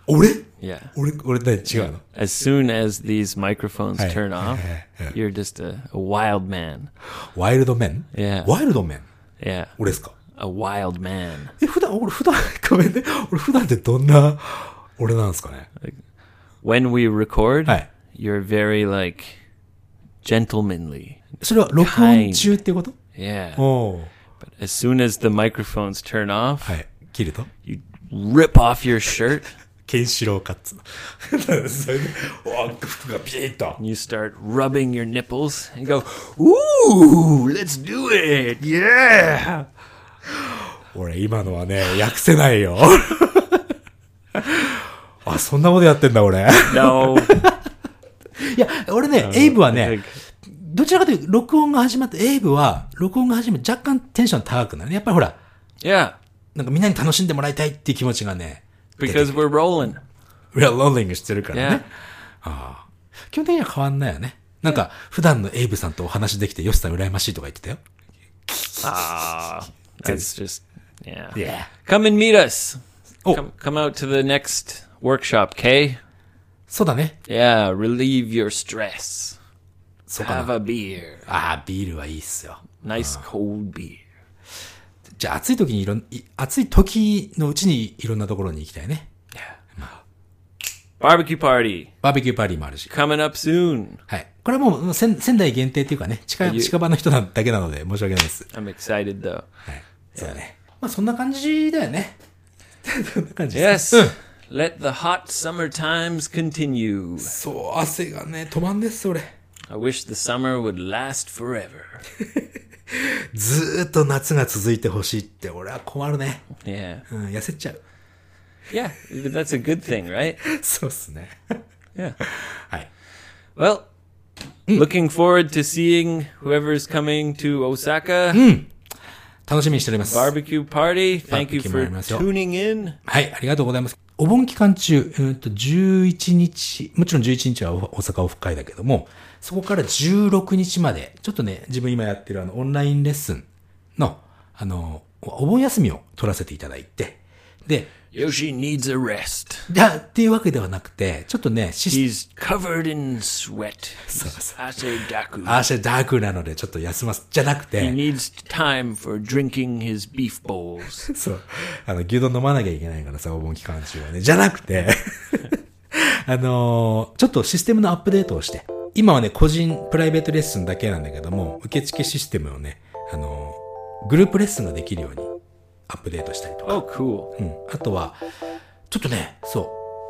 [SPEAKER 2] 俺
[SPEAKER 1] Yeah.
[SPEAKER 2] 俺、俺ね、違うの
[SPEAKER 1] As soon as these microphones
[SPEAKER 2] Hey,
[SPEAKER 1] turn off,
[SPEAKER 2] hey, hey, hey.
[SPEAKER 1] you're just a, a wild man.
[SPEAKER 2] ワイルドメン
[SPEAKER 1] Yeah.
[SPEAKER 2] ワイルドメン
[SPEAKER 1] Yeah.
[SPEAKER 2] 俺ですか
[SPEAKER 1] A wild man.
[SPEAKER 2] え、普段、俺普段、ごめんね。俺普段ってどんな、俺なんですかね
[SPEAKER 1] When we record,
[SPEAKER 2] Hey.
[SPEAKER 1] you're very like gentlemanly.
[SPEAKER 2] それは録音中ってこと
[SPEAKER 1] Yeah.
[SPEAKER 2] おー
[SPEAKER 1] But as soon as the microphones turn off,
[SPEAKER 2] はい。切ると
[SPEAKER 1] you rip off your shirt
[SPEAKER 2] ケンシロウカッ ツ。それで、お服がピーッと。
[SPEAKER 1] and you start rubbing your nipples and go,
[SPEAKER 3] Ooh, let's do it. Yeah.
[SPEAKER 2] 俺、今のは ね、訳せないよ。あ、そんなことやってんだ、俺。
[SPEAKER 1] no.
[SPEAKER 2] いや、俺ね、エイブは
[SPEAKER 1] Like,
[SPEAKER 2] ね、どちらかというと、録音が始まって、エイブは、録音が始めて、若干テンション高くなる。やっぱりほら、
[SPEAKER 1] yeah,
[SPEAKER 2] なんかみんなに楽しんでもらいたいっていう気持ちがね、
[SPEAKER 1] because we're rolling.
[SPEAKER 2] We are rolling してるからね。
[SPEAKER 1] Yeah.
[SPEAKER 2] 基本的には変わんないよね。なんか、普段のエイブさんとお話できて、ヨシさん羨ましいとか言ってたよ。
[SPEAKER 1] Ah, that's just yeah.
[SPEAKER 2] Yeah.
[SPEAKER 1] Come and meet us.
[SPEAKER 2] Oh.
[SPEAKER 1] Come, come out to the next workshop, Kay.
[SPEAKER 2] そうだね。
[SPEAKER 1] Yeah, relieve your stress.
[SPEAKER 2] そうかな
[SPEAKER 1] Have。a beer.
[SPEAKER 2] ああ、ビールはいいっすよ。
[SPEAKER 1] Nice cold beer.
[SPEAKER 2] じゃあ暑い時にいろん、い暑い時のうちにいろんなところに行きたいね。
[SPEAKER 1] Yeah. Barbecue party
[SPEAKER 2] バーベキューパーティーもあるし。
[SPEAKER 1] coming up soon.
[SPEAKER 2] はい。これはもう仙仙台限定っていうかね、近
[SPEAKER 1] ゆ
[SPEAKER 2] 近場の人なだけなので申し訳ないです。
[SPEAKER 1] I'm excited though.
[SPEAKER 2] はい。そうだね。まあそんな感じだよね。 そんな感じです。
[SPEAKER 1] Yes. Let the hot summer times continue.
[SPEAKER 2] そう、汗がね、止まんです、俺。
[SPEAKER 1] I wish the summer would last forever.
[SPEAKER 2] ずーっと夏が続いてほしいって俺は困るね。
[SPEAKER 1] Yeah.
[SPEAKER 2] うん、痩せちゃう。
[SPEAKER 1] Yeah. But that's a good thing, right?
[SPEAKER 2] そうっすね。
[SPEAKER 1] Yeah.
[SPEAKER 2] はい。
[SPEAKER 1] Well, looking forward to seeing whoever's coming to Osaka.
[SPEAKER 2] 楽しみにしております。
[SPEAKER 1] Barbecue party. Thank you for
[SPEAKER 2] Barbecue もありますよ。
[SPEAKER 1] tuning in.
[SPEAKER 2] はい、ありがとうございます。お盆期間中、うんと11日、もちろん11日は大阪オフ会だけども、そこから16日まで、ちょっとね、自分今やってるあの、オンラインレッスンの、あの、おお盆休みを取らせていただいて、で、
[SPEAKER 1] Yoshi needs a rest.
[SPEAKER 2] じゃあっていうわけではなくて、ちょっとね、シス
[SPEAKER 1] He's covered in sweat. He's Ase Daku.
[SPEAKER 2] アーシャダークなのでちょっと休ます、じゃなく
[SPEAKER 1] He
[SPEAKER 2] て、
[SPEAKER 1] needs time for drinking his beef bowls.
[SPEAKER 2] そう、あの、牛丼飲まなきゃいけないからさ、お盆期間中はね、じゃなくて、 あのーちょっとシステムのアップデートをして、今はね、個人プライベートレッスンだけなんだけども、受付システムをね、あのーグループレッスンができるようにアップデートしたりとか、
[SPEAKER 1] Oh, cool.
[SPEAKER 2] うん、あとは、ちょっとね、そう、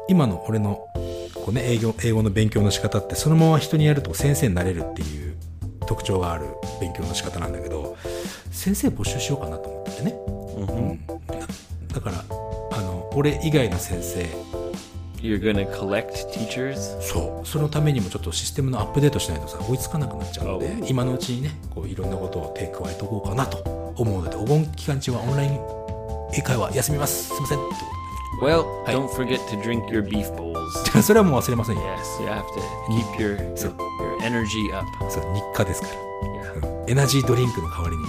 [SPEAKER 2] 今の俺の、こうね、英語英語の勉強の仕方って、そのまま人にやると先生になれるっていう特徴がある勉強の仕方なんだけど、先生募集しようかなと思っててね。うんだから、あの、俺以外の先生、
[SPEAKER 1] You're gonna collect teachers?
[SPEAKER 2] そうそのためにもちょっとシステムのアップデートしないとさ追いつかなくなっちゃうので
[SPEAKER 1] あ
[SPEAKER 2] 今のうちにねこういろんなことを手加えておこうかなと思うのでお盆期間中はオンライン英会話休みますすいませんってこ
[SPEAKER 1] Well, don't forget to drink your beef bowls.
[SPEAKER 2] とそれはもう忘れませんよ
[SPEAKER 1] Yes, you have to keep your your, your energy up.
[SPEAKER 2] そう日課ですから
[SPEAKER 1] Yeah.
[SPEAKER 2] エナジードリンクの代わりに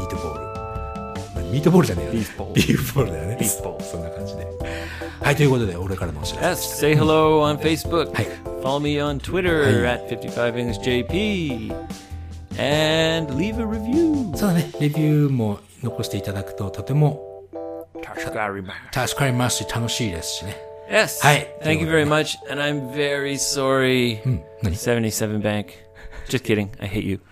[SPEAKER 2] ミートボールまあミートボールじゃねえよね
[SPEAKER 1] ビーフボール
[SPEAKER 2] ビーフボールだよね
[SPEAKER 1] ビーフボール
[SPEAKER 2] そんな感じではいということで俺からのお知らせ
[SPEAKER 1] Yes, say hello on Facebook.
[SPEAKER 2] Hey.
[SPEAKER 1] Follow me on Twitter at 55EnglishJP. And leave a review.
[SPEAKER 2] そうだねレビューも残していただくととても
[SPEAKER 1] Tashikarimasu.
[SPEAKER 2] 助かりますし楽しいですしね
[SPEAKER 1] Yes.
[SPEAKER 2] Hey.
[SPEAKER 1] Thank you very much. And I'm very sorry. 77 Bank. Just kidding. I hate you.